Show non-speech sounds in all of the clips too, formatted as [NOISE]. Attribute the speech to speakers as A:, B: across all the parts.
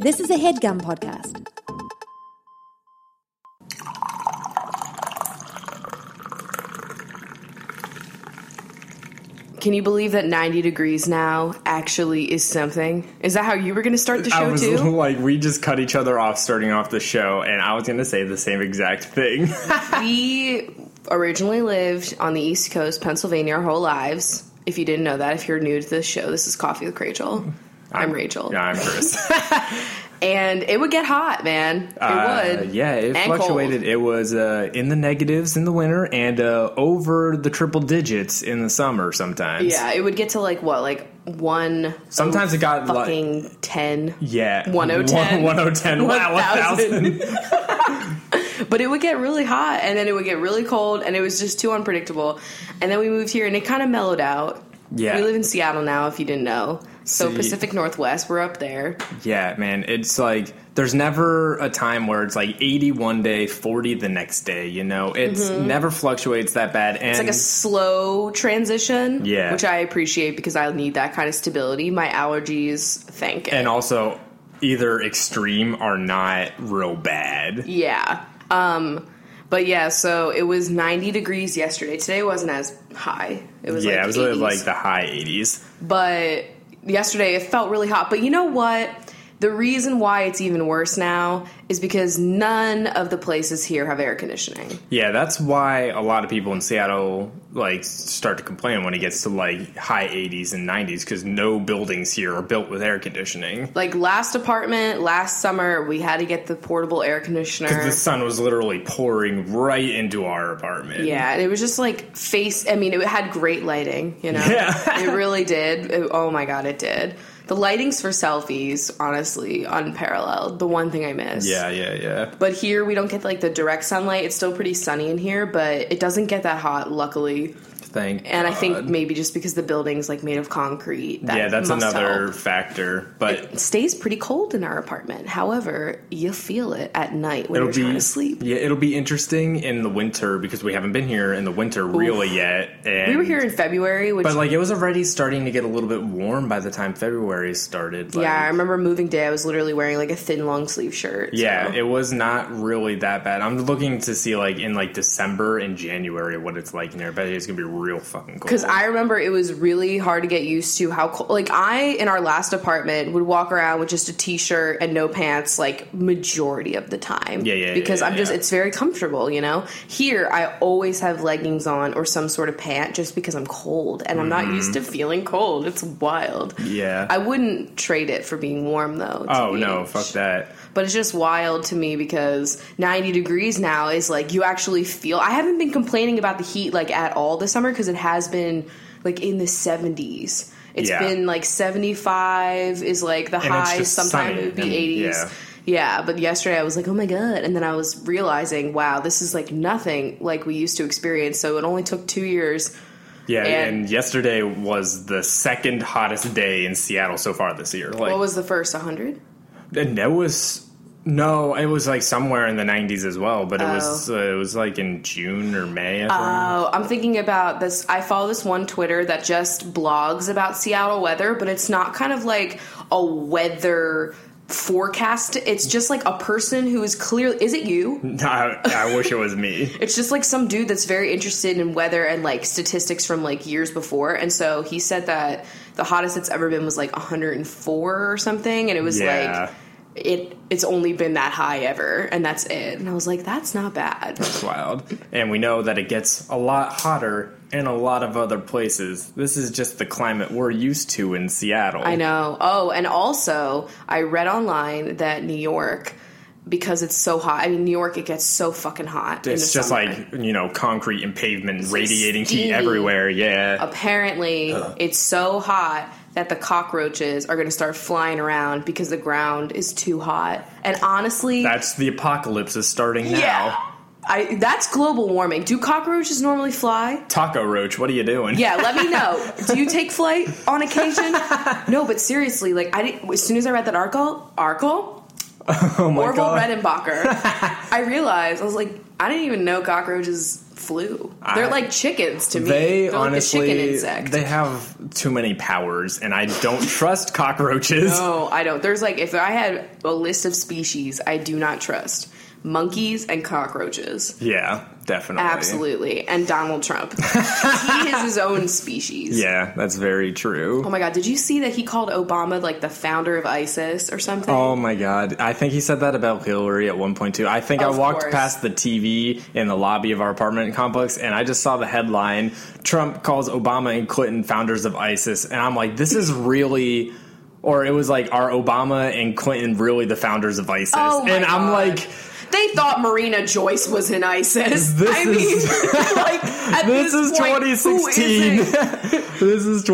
A: This is a headgum podcast.
B: Can you believe that 90 degrees now actually is something? Is that how you were going to start the
C: I
B: show
C: was
B: too? [LAUGHS]
C: [LAUGHS] like, we just cut each other off starting off the show, and I was going to say the same exact thing.
B: we originally lived on the East Coast, Pennsylvania, our whole lives. If you didn't know that, if you're new to this show, this is Coffee with
C: [LAUGHS]
B: Rachel. [LAUGHS] I'm, Rachel.
C: yeah, I'm
B: [LAUGHS]
C: Chris.
B: And it would get hot, man. It
C: Uh,
B: would.
C: yeah, it
B: And
C: fluctuated. It was uh, in the negatives in the winter and uh, over the triple digits in the summer sometimes.
B: Cold. Yeah, it would get to like what, like one
C: Sometimes it got like.
B: fucking oh ten.
C: Yeah.
B: 1010.
C: [LAUGHS] One- 1010. Wow,
B: 1000.
C: 1000.
B: But it would get really hot and then it would get really cold and it was just too unpredictable. And then we moved here and it kind of mellowed out.
C: Yeah.
B: We live in Seattle now, if you didn't know. So
C: See-
B: Pacific Northwest, we're up there.
C: [LAUGHS] Yeah, man. It's like there's never a time where it's like 80 one day, 40 the next day, you know? It's never fluctuates that bad. And
B: Mm-hmm. It's like a slow transition,
C: Yeah.
B: which I appreciate because I need that kind of stability. My allergies, thank it.
C: and also either extreme or not real bad.
B: yeah. Um, but yeah, so it was 90 degrees yesterday. Today wasn't as high. It was
C: yeah,
B: like
C: it was
B: 80s.
C: like the high 80s.
B: but yesterday it felt really hot. But you know what? The reason why it's even worse now is because none of the places here have air conditioning.
C: Yeah, that's why a lot of people in Seattle like start to complain when it gets to like high 80s and 90s because no buildings here are built with air conditioning.
B: Like last apartment, last summer, we had to get the portable air conditioner.
C: The sun was literally pouring right into our apartment.
B: Yeah, and it was just like face. I mean, it had great lighting, you know?
C: Yeah. [LAUGHS]
B: it really did. It- oh my God, it did. The lightings for selfies, honestly, unparalleled. The one thing I miss.
C: Yeah, yeah, yeah.
B: But here we don't get like the direct sunlight. It's still pretty sunny in here, but it doesn't get that hot, luckily.
C: Thank
B: And I think
C: God.
B: maybe just because the building's like made of concrete. That
C: yeah, that's
B: must
C: another
B: help.
C: factor, but
B: It stays pretty cold in our apartment. However, you feel it at night when
C: it'll
B: you're trying
C: be
B: to sleep.
C: yeah, it'll be interesting in the winter because we haven't been here in the winter really yet. And
B: We were here in February, which
C: But like it was already starting to get a little bit warm by the time February started. Like,
B: Yeah, I remember moving day. I was literally wearing like a thin long sleeve shirt. so-
C: yeah, it was not really that bad. I'm looking to see like in like December and January what it's like in there. But it's gonna be real fucking cold.
B: Because I remember it was really hard to get used to how cold. Like I in our last apartment would walk around with just a t-shirt and no pants, like majority of the time.
C: Yeah, yeah, yeah,
B: Because
C: yeah,
B: I'm just
C: yeah.
B: it's very comfortable, you know. Here I always have leggings on or some sort of pant just because I'm cold and I'm not used to feeling cold. It's wild.
C: Mm-hmm. Yeah.
B: I wouldn't trade it for being warm though. to
C: oh
B: be
C: no,
B: honest.
C: fuck that.
B: But it's just wild to me because 90 degrees now is like you actually feel. I haven't been complaining about the heat like at all this summer because it has been like in the 70s. It's
C: Yeah.
B: been like 75 is like the
C: it's
B: high.
C: just
B: Sometimes
C: sunny
B: it would be
C: and-
B: 80s.
C: yeah.
B: Yeah, but yesterday I was like, oh my god. And then I was realizing, wow, this is like nothing like we used to experience. So it only took two years.
C: Yeah,
B: And-
C: and, yesterday was the second hottest day in Seattle so far this year. Like
B: What was the first, 100?
C: And that was no, it was like somewhere in the '90s as well, but it was uh, it was like in June or May. I think.
B: Oh, I'm thinking about this. I follow this one Twitter that just blogs about Seattle weather, but it's not kind of like a weather forecast. It's just like a person who is clearly. Is it
C: Hmm.
B: you?
C: [LAUGHS] I, I wish it was me.
B: It's just like some dude that's very interested in weather and like statistics from like years before. And so he said that the hottest it's ever been was like 104 or something. And it was
C: Yeah.
B: like. It it's only been that high ever, and that's it. And I was like, that's not bad.
C: It's wild, and we know that it gets a lot hotter in a lot of other places. This is just the climate we're used to in Seattle.
B: I know. Oh, and also, I read online that New York, because it's so hot. I mean, New York, it gets so fucking hot. in
C: It's
B: the
C: just
B: summer.
C: like you know, concrete and pavement radiating
B: steamy.
C: heat everywhere. Yeah,
B: apparently it's so hot that the cockroaches are going to start flying around because the ground is too hot. And honestly,
C: that's the apocalypse is starting now.
B: yeah, I, that's global warming. Do cockroaches normally fly?
C: Taco roach, what are you doing?
B: Yeah, let me know. Do you take flight on occasion? no, but seriously, like I didn't, as soon as I read that article, article,
C: [LAUGHS] oh my
B: Orville
C: god. [LAUGHS]
B: Redenbacher, I realized I was like, I didn't even know cockroaches flew. They're
C: I-
B: like chickens to me.
C: They
B: They're
C: honestly,
B: like a chicken insect.
C: they have too many powers, and I don't [LAUGHS] trust cockroaches.
B: no, Oh, I don't. There's like if I had a list of species I do not trust, monkeys and cockroaches.
C: Yeah, definitely.
B: Absolutely. And Donald Trump.
C: [LAUGHS]
B: he is his own species.
C: Yeah, that's very true.
B: Oh my god, did you see that he called Obama like the founder of ISIS or something?
C: Oh my god. I think he said that about Hillary at one point too. I think I
B: Of
C: walked
B: course.
C: past the TV in the lobby of our apartment complex and I just saw the headline Trump calls Obama and Clinton founders of ISIS and I'm like this is really or it was like are Obama and Clinton really the founders of ISIS?
B: Oh my
C: and I'm
B: God.
C: like
B: They thought Marina Joyce was in ISIS.
C: This
B: I
C: is-
B: mean, [LAUGHS] like at
C: [LAUGHS] this
B: this,
C: is
B: point, who
C: 2016.
B: isn't?
C: [LAUGHS] this is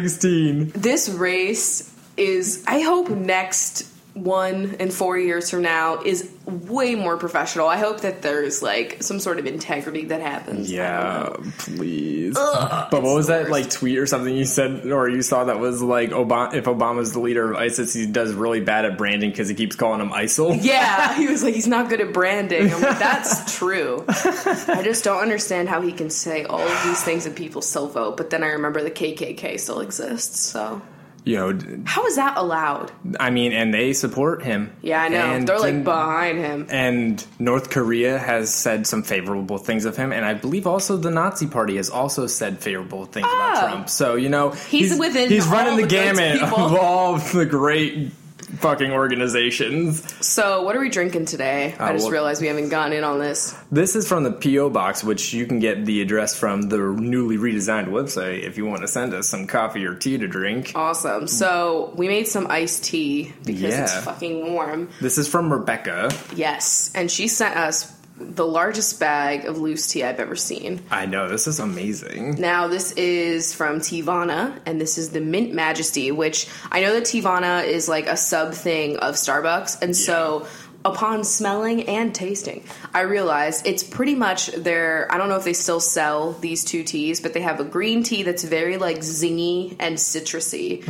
C: 2016.
B: This race is. I hope next one and four years from now is way more professional. I hope that there's like some sort of integrity that happens. I don't know.
C: Yeah, please. but what was
B: the
C: that
B: worst.
C: like tweet or something you said or you saw that was like Obama if Obama's the leader of ISIS he does really bad at branding cuz he keeps calling him
B: [LAUGHS]
C: ISIL.
B: Yeah, he was like, he's not good at branding. I'm
C: [LAUGHS]
B: like, that's true. I just don't understand how he can say all of these things and people still vote. But then I remember the KKK still exists. So
C: Yo, d-
B: how is that allowed?
C: I mean and they support him.
B: Yeah, I know.
C: And
B: They're like
C: didn't-
B: behind him.
C: and North Korea has said some favorable things of him and I believe also the Nazi party has also said favorable things
B: Oh.
C: about Trump. So, you know,
B: He's within
C: he's
B: all
C: running the
B: the good
C: gamut
B: people.
C: of [LAUGHS] all of the great fucking organizations.
B: So, what are we drinking today? I just
C: Uh, well-
B: realized we haven't gotten in on this.
C: This is from the P.O. Box, which you can get the address from the newly redesigned website if you want to send us some coffee or tea to drink.
B: Awesome. So, we made some iced tea because
C: Yeah.
B: it's fucking warm.
C: This is from Rebecca.
B: Yes. And she sent us the largest bag of loose tea I've ever seen.
C: I know, this is amazing.
B: Now, this is from Tivana, and this is the Mint Majesty, which I know that Tivana is like a sub thing of Starbucks, and so upon smelling and tasting, I realized it's pretty much their. I don't know if they still sell these two teas, but they have a green tea that's very like zingy and citrusy,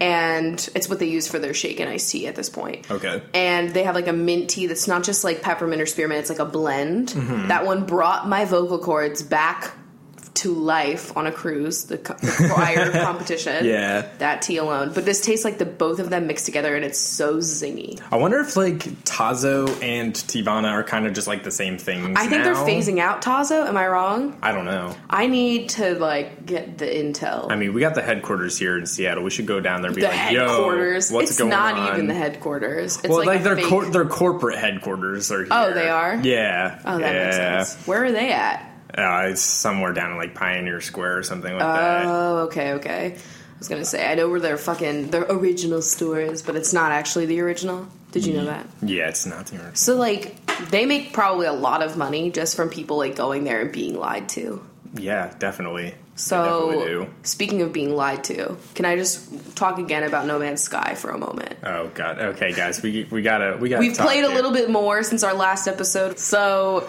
B: and it's what they use for their shake and iced tea at this point
C: Okay.
B: and they have like a mint tea that's not just like peppermint or spearmint it's like a blend that one brought my vocal cords back to life on a cruise the, co- the
C: [LAUGHS]
B: prior competition
C: Yeah.
B: that tea alone but this tastes like the both of them mixed together and it's so zingy
C: I wonder if like Tazo and Tivana are kind of just like the same things.
B: i think
C: now.
B: they're phasing out tazo am i wrong
C: I don't know.
B: i need to like get the intel
C: I mean, we got the headquarters here in Seattle. We should go down there. and Be
B: the
C: like,
B: headquarters
C: Yo, what's
B: it's
C: going
B: not
C: on?
B: even the headquarters it's
C: Well,
B: like,
C: like,
B: a
C: their
B: fake-
C: cor- their corporate headquarters are. Here.
B: Oh, they are?
C: Yeah.
B: oh that makes
C: yeah.
B: sense where are they at
C: Uh, it's somewhere down in like Pioneer Square or something like that.
B: Oh, okay, okay. I was gonna say I know where their fucking their original store is, but it's not actually the original. Did you know
C: Mm-hmm.
B: that?
C: Yeah, it's not the original.
B: So like they make probably a lot of money just from people like going there and being lied to.
C: Yeah, definitely. They definitely
B: So
C: do.
B: speaking of being lied to, can I just talk again about No Man's Sky for a moment?
C: Oh god. Okay, guys, we we gotta we gotta.
B: We've
C: talk
B: played a
C: here.
B: little bit more since our last episode. So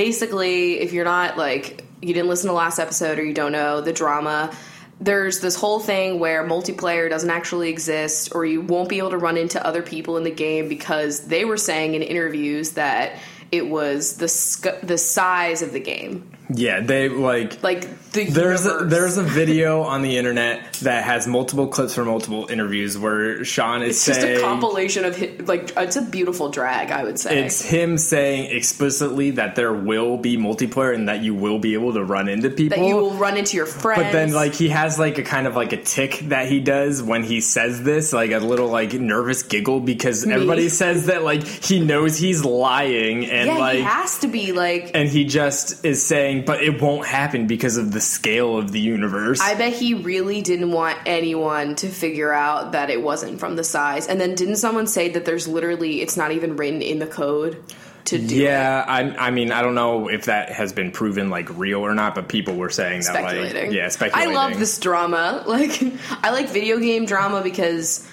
B: basically, if you're not like you didn't listen to last episode or you don't know the drama, there's this whole thing where multiplayer doesn't actually exist or you won't be able to run into other people in the game because they were saying in interviews that it was the sc- the size of the game.
C: Yeah, they like.
B: Like the
C: there's a,
B: universe.
C: there's a video on the internet that has multiple clips from multiple interviews where Sean is
B: it's
C: saying
B: just a compilation of hi- like it's a beautiful drag, I would say.
C: it's him saying explicitly that there will be multiplayer and that you will be able to run into people.
B: that you will run into your friends.
C: But then, like, he has like a kind of like a tick that he does when he says this, like a little like nervous giggle because everybody says that like he knows he's lying and
B: yeah,
C: like
B: he has to be like
C: and he just is saying, but it won't happen because of the scale of the universe.
B: I bet he really didn't want anyone to figure out that it wasn't from the size. And then didn't someone say that there's literally it's not even written in the code to do it?
C: yeah, I, I mean, I don't know if that has been proven like real or not, but people were saying that,
B: Speculating.
C: like, yeah, speculating.
B: I love this drama. [LAUGHS] Like I like video game drama because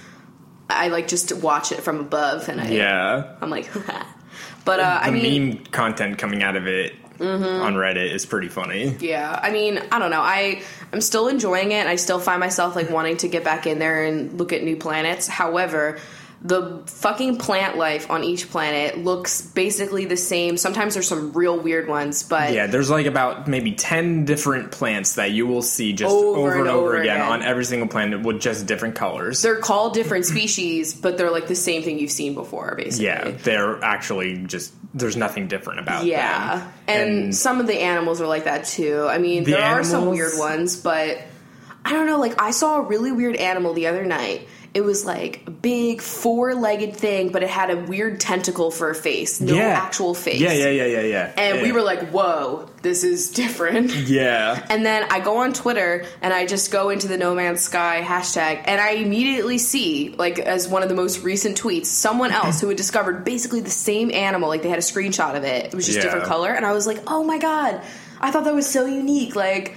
B: I like just to watch it from above and I
C: Yeah,
B: I'm like [LAUGHS] But uh, I
C: the
B: mean Mm-hmm.
C: meme content coming out of it on Reddit is pretty funny.
B: Yeah, I mean, I don't know. I I'm still enjoying it. and I still find myself like wanting to get back in there and look at new planets. However, the fucking plant life on each planet looks basically the same. Sometimes there's some real weird ones, but
C: Yeah, there's like about maybe 10 different plants that you will see just
B: Over
C: over,
B: and
C: and, over,
B: over
C: again,
B: again.
C: on every single planet with just different colors.
B: they're called different species, but they're like the same thing you've seen before, basically.
C: yeah, they're actually just, there's nothing different about
B: Yeah.
C: them.
B: And, some of the animals are like that too. I mean,
C: The
B: there are some
C: animals-
B: weird ones, but I don't know. Like, I saw a really weird animal the other night. It was like a big four legged thing, but it had a weird tentacle for a face, no
C: yeah.
B: actual face.
C: Yeah, yeah, yeah, yeah, yeah.
B: And we
C: Yeah.
B: were like, whoa, this is different.
C: yeah.
B: And then I go on Twitter and I just go into the No Man's Sky hashtag and I immediately see, like, as one of the most recent tweets, someone
C: [LAUGHS]
B: else who had discovered basically the same animal. Like, they had a screenshot of it, it was just
C: Yeah.
B: different color. And I was like, oh my god, I thought that was so unique. Like,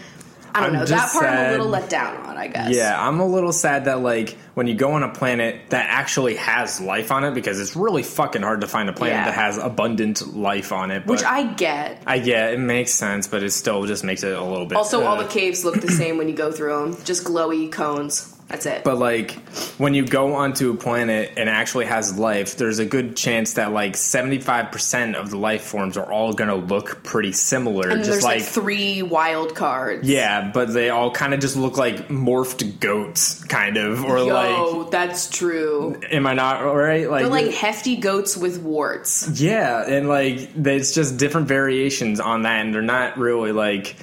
B: I don't
C: I'm
B: know. That
C: just
B: part I'm a
C: sad-
B: little let down on, I guess.
C: Yeah, I'm a little sad that like when you go on a planet that actually has life on it because it's really fucking hard to find a planet
B: Yeah.
C: that has abundant life on it. But
B: Which I get.
C: I yeah, it makes sense, but it still just makes it a little bit.
B: Also, all
C: uh,
B: the caves look
C: [CLEARS THROAT]
B: the same when you go through them. Just glowy cones. That's it.
C: But like when you go onto a planet and it actually has life, there's a good chance that like 75% of the life forms are all going to look pretty similar.
B: and
C: just
B: there's like,
C: like
B: three wild cards.
C: yeah, but they all kind of just look like morphed goats kind of or
B: Yo, that's true.
C: like am I not right? Like
B: They're like hefty goats with warts.
C: Yeah, and like it's just different variations on that, and they're not really like.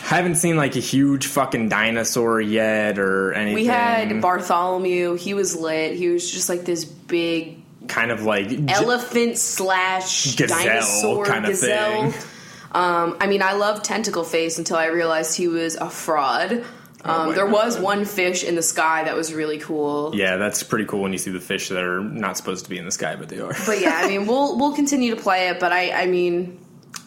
C: Haven't seen like a huge fucking dinosaur yet, or anything.
B: We had Bartholomew. He was lit. He was just like this big
C: kind of like j-
B: elephant slash
C: Gazelle
B: dinosaur
C: kind of
B: gazelle.
C: thing.
B: Um, I mean, I loved Tentacle Face until I realized he was a fraud. Um,
C: my
B: there was
C: God.
B: one fish in the sky that was really cool.
C: yeah, that's pretty cool when you see the fish that are not supposed to be in the sky, but they are. [LAUGHS]
B: But yeah, I mean, we'll we'll continue to play it. But I, I mean,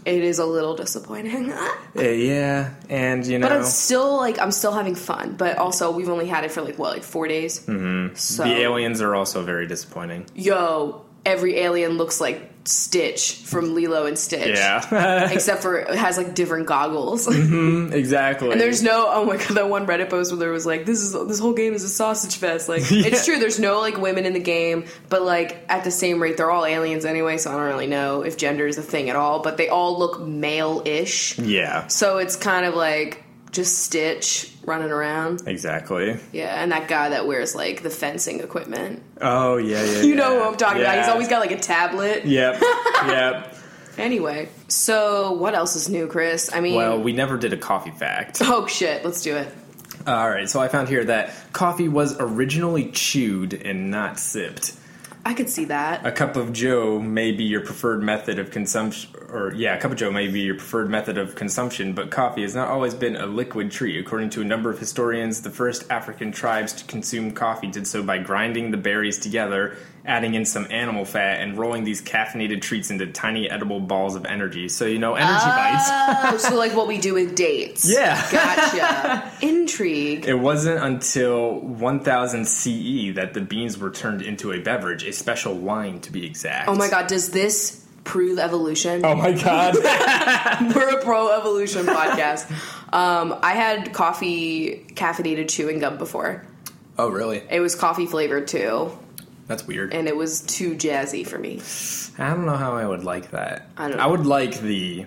B: it is a little disappointing. [LAUGHS]
C: Uh, yeah, and you know,
B: But it's still like I'm still having fun, but also we've only had it for like what, like four days. Mm-hmm. So
C: the aliens are also very disappointing.
B: yo, every alien looks like Stitch from Lilo and Stitch.
C: Yeah, [LAUGHS] Mm-hmm.
B: Except for it has like different goggles.
C: exactly.
B: And there's no oh my god that one Reddit post where there was like this is this whole game is a sausage fest
C: [LAUGHS]
B: like it's true there's no like women in the game but like at the same rate they're all aliens anyway so I don't really know if gender is a thing at all but they all look male ish
C: yeah,
B: so it's kind of like just Stitch running around
C: exactly.
B: yeah and that guy that wears like the fencing equipment
C: Oh yeah,
B: [LAUGHS]
C: yeah.
B: you know who I'm talking about he's always
C: got.
B: got like a tablet
C: Yep, yep.
B: Anyway, so what else is new, Chris? I mean,
C: [LAUGHS] Well, we never did a coffee fact.
B: oh shit, let's do it.
C: All right, so I found here that coffee was originally chewed and not sipped.
B: I could see
C: [LAUGHS]
B: that.
C: A cup of Joe may be your preferred method of consumption, or yeah, a cup of Joe may be your preferred method of consumption, but coffee has not always been a liquid treat. According to a number of historians, the first African tribes to consume coffee did so by grinding the berries together, adding in some animal fat, and rolling these caffeinated treats into tiny edible balls of energy. So, you know, energy bites.
B: Oh, so like what we do with dates.
C: Yeah. [LAUGHS]
B: Gotcha. Intrigue.
C: It wasn't until 1000 CE E that the beans were turned into a beverage, a special wine to be exact.
B: Oh my god, does this prove evolution?
C: Oh my [LAUGHS] god.
B: [LAUGHS] We're a pro evolution podcast. [LAUGHS] Um, I had coffee caffeinated chewing gum before.
C: oh really?
B: It was coffee flavored too,
C: That's weird.
B: and it was too jazzy for me.
C: I don't know how I would like that.
B: I don't know.
C: I would like the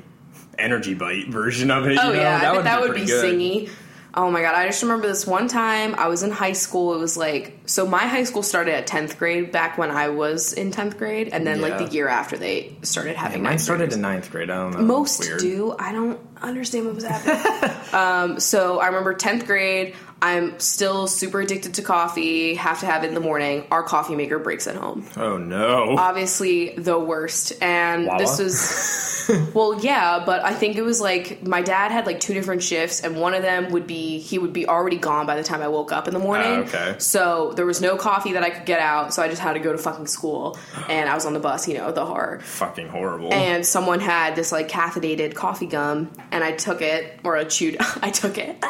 C: energy bite version of it.
B: Oh
C: you know?
B: yeah, I bet that would be
C: pretty good.
B: singy. Oh my god, I just remember this one time I was in high school. It was like so my high school started at tenth grade back when I was in tenth grade, and then like
C: Yeah.
B: the year after they started having
C: Mine
B: ninth
C: started
B: graders.
C: in ninth grade. I don't know.
B: Most
C: Weird.
B: do. I don't understand
C: [LAUGHS]
B: what was happening. um, so I remember tenth grade. I'm still super addicted to coffee. Have to have it in the morning. Our coffee maker breaks at home
C: Oh no.
B: obviously the worst. And
C: Wawa?
B: Uh, this was well, yeah, but I think it was like my dad had like two different shifts, and one of them would be he would be already gone by the time I woke up in the morning.
C: Ah, okay.
B: So there was no coffee that I could get out, so I just had to go to fucking
C: [SIGHS]
B: school, and I was on the bus, you know, the horror.
C: [LAUGHS] Fucking horrible.
B: And someone had this like caffeinated coffee gum, and I took it, or I chewed. [LAUGHS] I took
C: [LAUGHS]
B: it.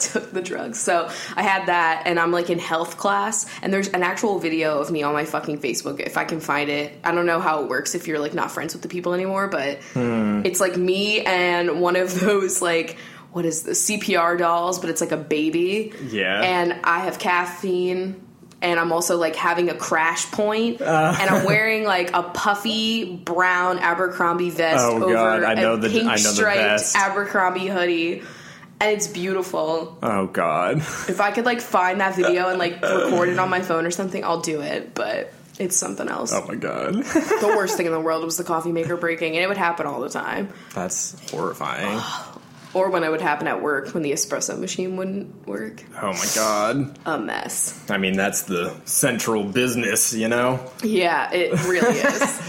B: took the drugs. So I had that, and I'm like in health class, and there's an actual video of me on my fucking Facebook if I can find it. I don't know how it works if you're like not friends with the people anymore, but it's like me and one of those like. What is the CPR dolls? But it's like a baby.
C: Yeah.
B: And I have caffeine and I'm also like having a crash point,
C: Uh.
B: and I'm wearing like a puffy brown Abercrombie vest
C: Oh,
B: over
C: God, I know
B: a
C: the-
B: pink
C: I know the
B: striped
C: vest.
B: Abercrombie hoodie, and it's beautiful.
C: Oh God.
B: If I could like find that video and like record it on my phone or something, I'll do it. But it's something else.
C: Oh my God.
B: The worst thing in the world was the coffee maker breaking, and it would happen all the time.
C: That's horrifying.
B: Or when it would happen at work when the espresso machine wouldn't work.
C: Oh my God.
B: A mess.
C: I mean, that's the central business, you know?
B: Yeah, it
C: [LAUGHS]
B: really is.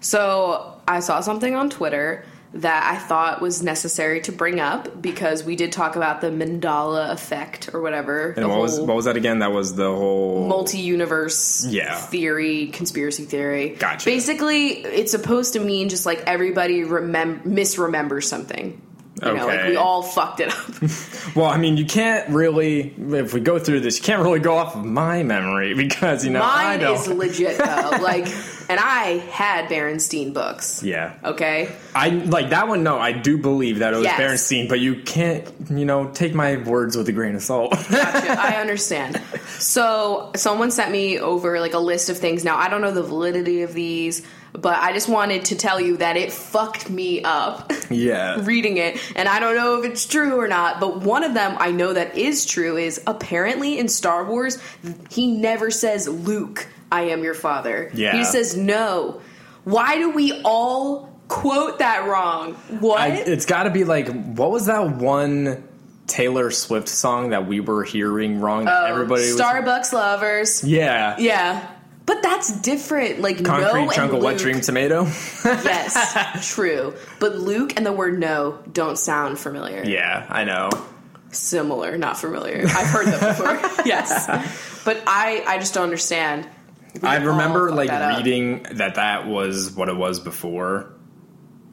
B: So I saw something on Twitter that I thought was necessary to bring up because we did talk about the mandala effect or whatever.
C: And
B: the
C: what was
B: whole
C: what was that again? That was the whole
B: multi-universe
C: Yeah.
B: theory, conspiracy theory.
C: Gotcha.
B: Basically, it's supposed to mean just like everybody remem- misremembers something. You know, like
C: Okay.
B: we all fucked it up.
C: Well, I mean, you can't really if we go through this, you can't really go off of my memory [LAUGHS] because you know I
B: Mine
C: don't
B: is legit
C: [LAUGHS]
B: though. like, and I had Berenstein books.
C: Yeah.
B: Okay.
C: I like that one. No, I do believe that it was
B: Yes.
C: Berenstein, but you can't, you know, take my words with a grain of salt. [LAUGHS]
B: Gotcha. I understand. So someone sent me over like a list of things. Now I don't know the validity of these, but I just wanted to tell you that it fucked me up. [LAUGHS]
C: yeah.
B: reading it, and I don't know if it's true or not, but one of them I know that is true is apparently in Star Wars, he never says, Luke, I am your father.
C: Yeah.
B: He just says, no. Why do we all quote that wrong? What?
C: I, it's got to be like what was that one Taylor Swift song that we were hearing wrong? that everybody was
B: Starbucks lovers.
C: yeah.
B: Oh, Yeah. But that's different. Like,
C: Concrete
B: no
C: chunk
B: and
C: of wet
B: Luke-
C: [LAUGHS] dream tomato.
B: yes, true. But Luke and the word no don't sound familiar.
C: yeah, I know.
B: similar, not familiar. I've heard them before.
C: [LAUGHS]
B: yes, but I I just don't understand. We
C: I
B: all
C: remember
B: fucked
C: like
B: that up.
C: reading that that was what it was before.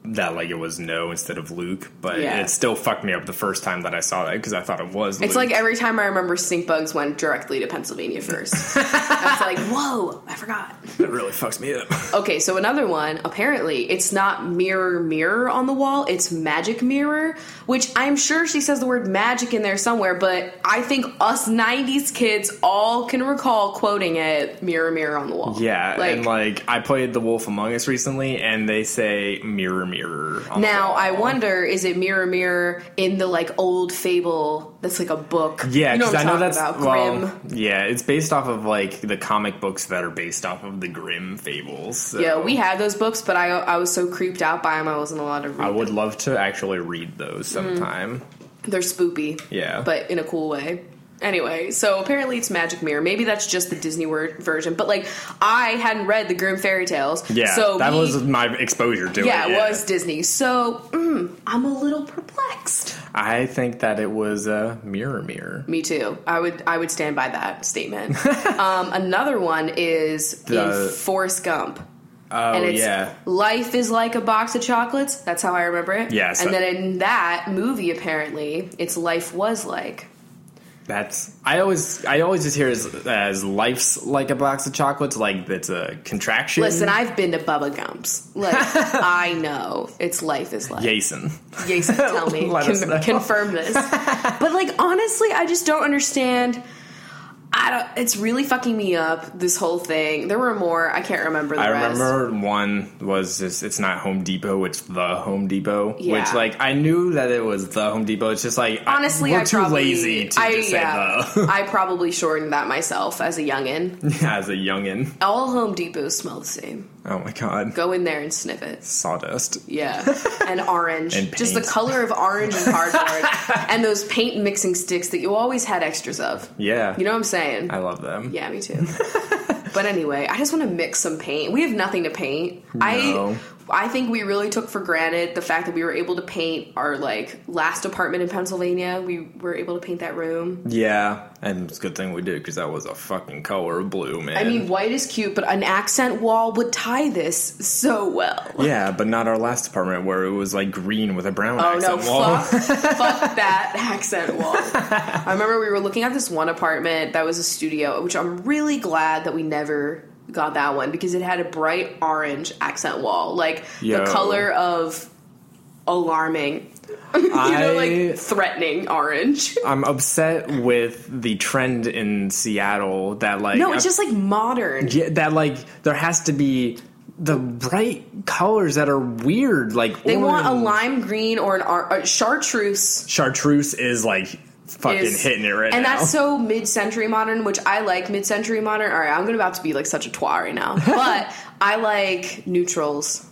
C: That like it was no instead of Luke, but
B: Yeah.
C: it still fucked me up the first time that I saw that because I thought it was.
B: It's like every time I remember stink bugs went directly to Pennsylvania first. I was like, whoa, I forgot.
C: it really fucks me up. [LAUGHS]
B: Okay, so another one, apparently, it's not mirror, mirror on the wall, it's magic mirror, which I'm sure she says the word magic in there somewhere, but I think us 90s kids all can recall quoting it mirror, mirror on the wall.
C: Yeah,
B: Like,
C: and like I played The Wolf Among Us recently, and they say "mirror, mirror." On the
B: Now
C: wall.
B: I wonder, is it mirror mirror in the like old fable that's like a book?
C: Yeah,
B: you know
C: because
B: what
C: I
B: I'm
C: know
B: talking
C: that's
B: about
C: well,
B: Grimm.
C: yeah, it's based off of like the comic books that are based off of the Grimm fables. so-
B: Yeah, we had those books, but I I was so creeped out by them, I wasn't allowed to read.
C: I
B: them.
C: would love to actually read those
B: Mm.
C: sometime.
B: They're spoopy,
C: Yeah.
B: but in a cool way. Anyway, so apparently it's magic mirror. Maybe that's just the Disney word version, but like I hadn't read the Grimm fairy tales.
C: Yeah,
B: so
C: that
B: we-
C: was my exposure to
B: yeah,
C: it.
B: it was Disney. So mm, I'm a little perplexed.
C: I think that it was a mirror, mirror.
B: Me too. I would I would stand by that
C: [LAUGHS]
B: statement. um, another one is in
C: The-
B: Forrest Gump.
C: Oh
B: and it's
C: yeah,
B: life is like a box of chocolates. That's how I remember it.
C: Yes.
B: And then in that movie, apparently, it's life was like.
C: that's I always I always just hear as, as life's like a box of chocolates, like it's a contraction.
B: Listen, I've been to Bubba Gump's.
C: [LAUGHS]
B: Like I know it's life is like.
C: Jason.
B: Jason, tell me,
C: [LAUGHS] Let us
B: Con-
C: know.
B: confirm
C: [LAUGHS]
B: this. but like honestly, I just don't understand. I don't. It's really fucking me up. This whole thing. There were more. I can't remember. The
C: I
B: rest.
C: remember one was just, it's not Home Depot, it's the Home Depot.
B: Yeah.
C: Which like I knew that it was the Home Depot. It's just like I-
B: Honestly,
C: we're
B: I
C: too
B: probably,
C: lazy to
B: I,
C: just say
B: yeah,
C: the [LAUGHS]
B: I probably shortened that myself as a youngin.
C: as a youngin.
B: All Home Depots smell the same.
C: Oh my god,
B: Go in there and sniff it.
C: sawdust.
B: Yeah, and orange,
C: And
B: just the
C: paint.
B: color of orange and
C: [LAUGHS]
B: cardboard, and those paint mixing sticks that you always had extras of.
C: Yeah,
B: You know what I'm saying?
C: I love them.
B: Yeah, me
C: [LAUGHS]
B: too. but anyway, I just want to mix some paint. We have nothing to paint. I
C: No.
B: I think we really took for granted the fact that we were able to paint our like last apartment in Pennsylvania. We were able to paint that room.
C: Yeah, and it's a good thing we did because that was a fucking color of blue, man.
B: I mean, white is cute, but an accent wall would tie this so well.
C: yeah, but not our last apartment where it was like green with a brown
B: Oh no!
C: accent wall.
B: Fuck, [LAUGHS]
C: [LAUGHS]
B: fuck that accent wall. I remember we were looking at this one apartment that was a studio, which I'm really glad that we never got that one because it had a bright orange accent wall, like
C: Yo.
B: the color of alarming you know,
C: I-
B: like threatening orange.
C: I'm upset with the trend in Seattle that like
B: No,
C: I-
B: it's just like modern.
C: yeah, that like there has to be the bright colors that are weird. Like
B: They want a
C: orange.
B: lime green or an ar- a chartreuse.
C: Chartreuse is like fucking
B: is-
C: hitting it right
B: and
C: now.
B: that's so mid-century modern, which I like mid-century modern. All right, I'm gonna about to be like such a twat right
C: [LAUGHS]
B: now, but I like neutrals.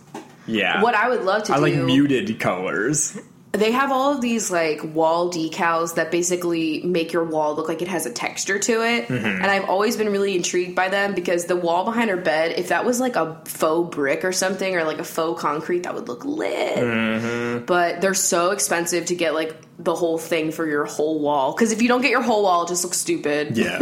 C: yeah.
B: What I would love to
C: I
B: do,
C: like muted colors.
B: they have all of these like wall decals that basically make your wall look like it has a texture to it, and I've always been really intrigued by them because the wall behind her bed, if that was like a faux brick or something or like a faux concrete, that would look lit. But they're so expensive to get like the whole thing for your whole wall because if you don't get your whole wall, it just looks stupid. [LAUGHS]
C: Yeah.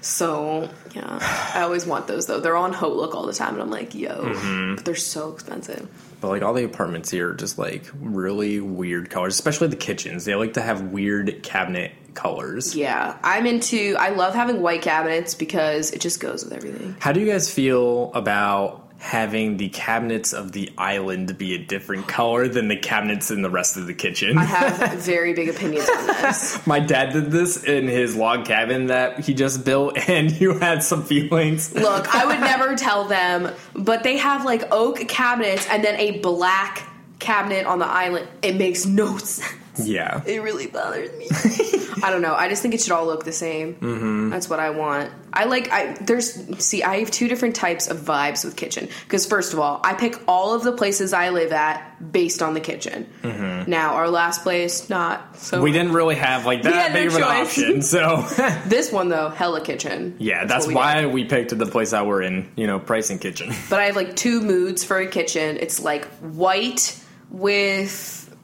B: So yeah, I always want those though. They're on Hot Look all the time, and I'm like, yo, but they're so expensive.
C: but like all the apartments here are just like really weird colors, especially the kitchens. They like to have weird cabinet colors.
B: Yeah, I'm into. I love having white cabinets because it just goes with everything.
C: How do you guys feel about having the cabinets of the island be a different color than the cabinets in the rest of the kitchen?
B: I [LAUGHS] have very big opinions on this.
C: My dad did this in his log cabin that he just built, [LAUGHS] and you had some feelings.
B: Look, I would never tell them, but they have like oak cabinets and then a black cabinet on the island. It makes no sense.
C: Yeah.
B: It really bothers me. [LAUGHS] I don't know. I just think it should all look the same. Mm-hmm. That's what I want. I like. I there's see. I have two different types of vibes with kitchen because first of all, I pick all of the places I live at based on the kitchen. Now our last place, not so.
C: Mm-hmm. We didn't really have like that
B: had no
C: big of an
B: choice.
C: option, so
B: [LAUGHS]
C: [LAUGHS]
B: This one though, hella kitchen.
C: yeah,
B: That's
C: that's
B: what we
C: why we picked the place that we're in. You know, pricing kitchen,
B: But I have like two moods for a kitchen. It's like white with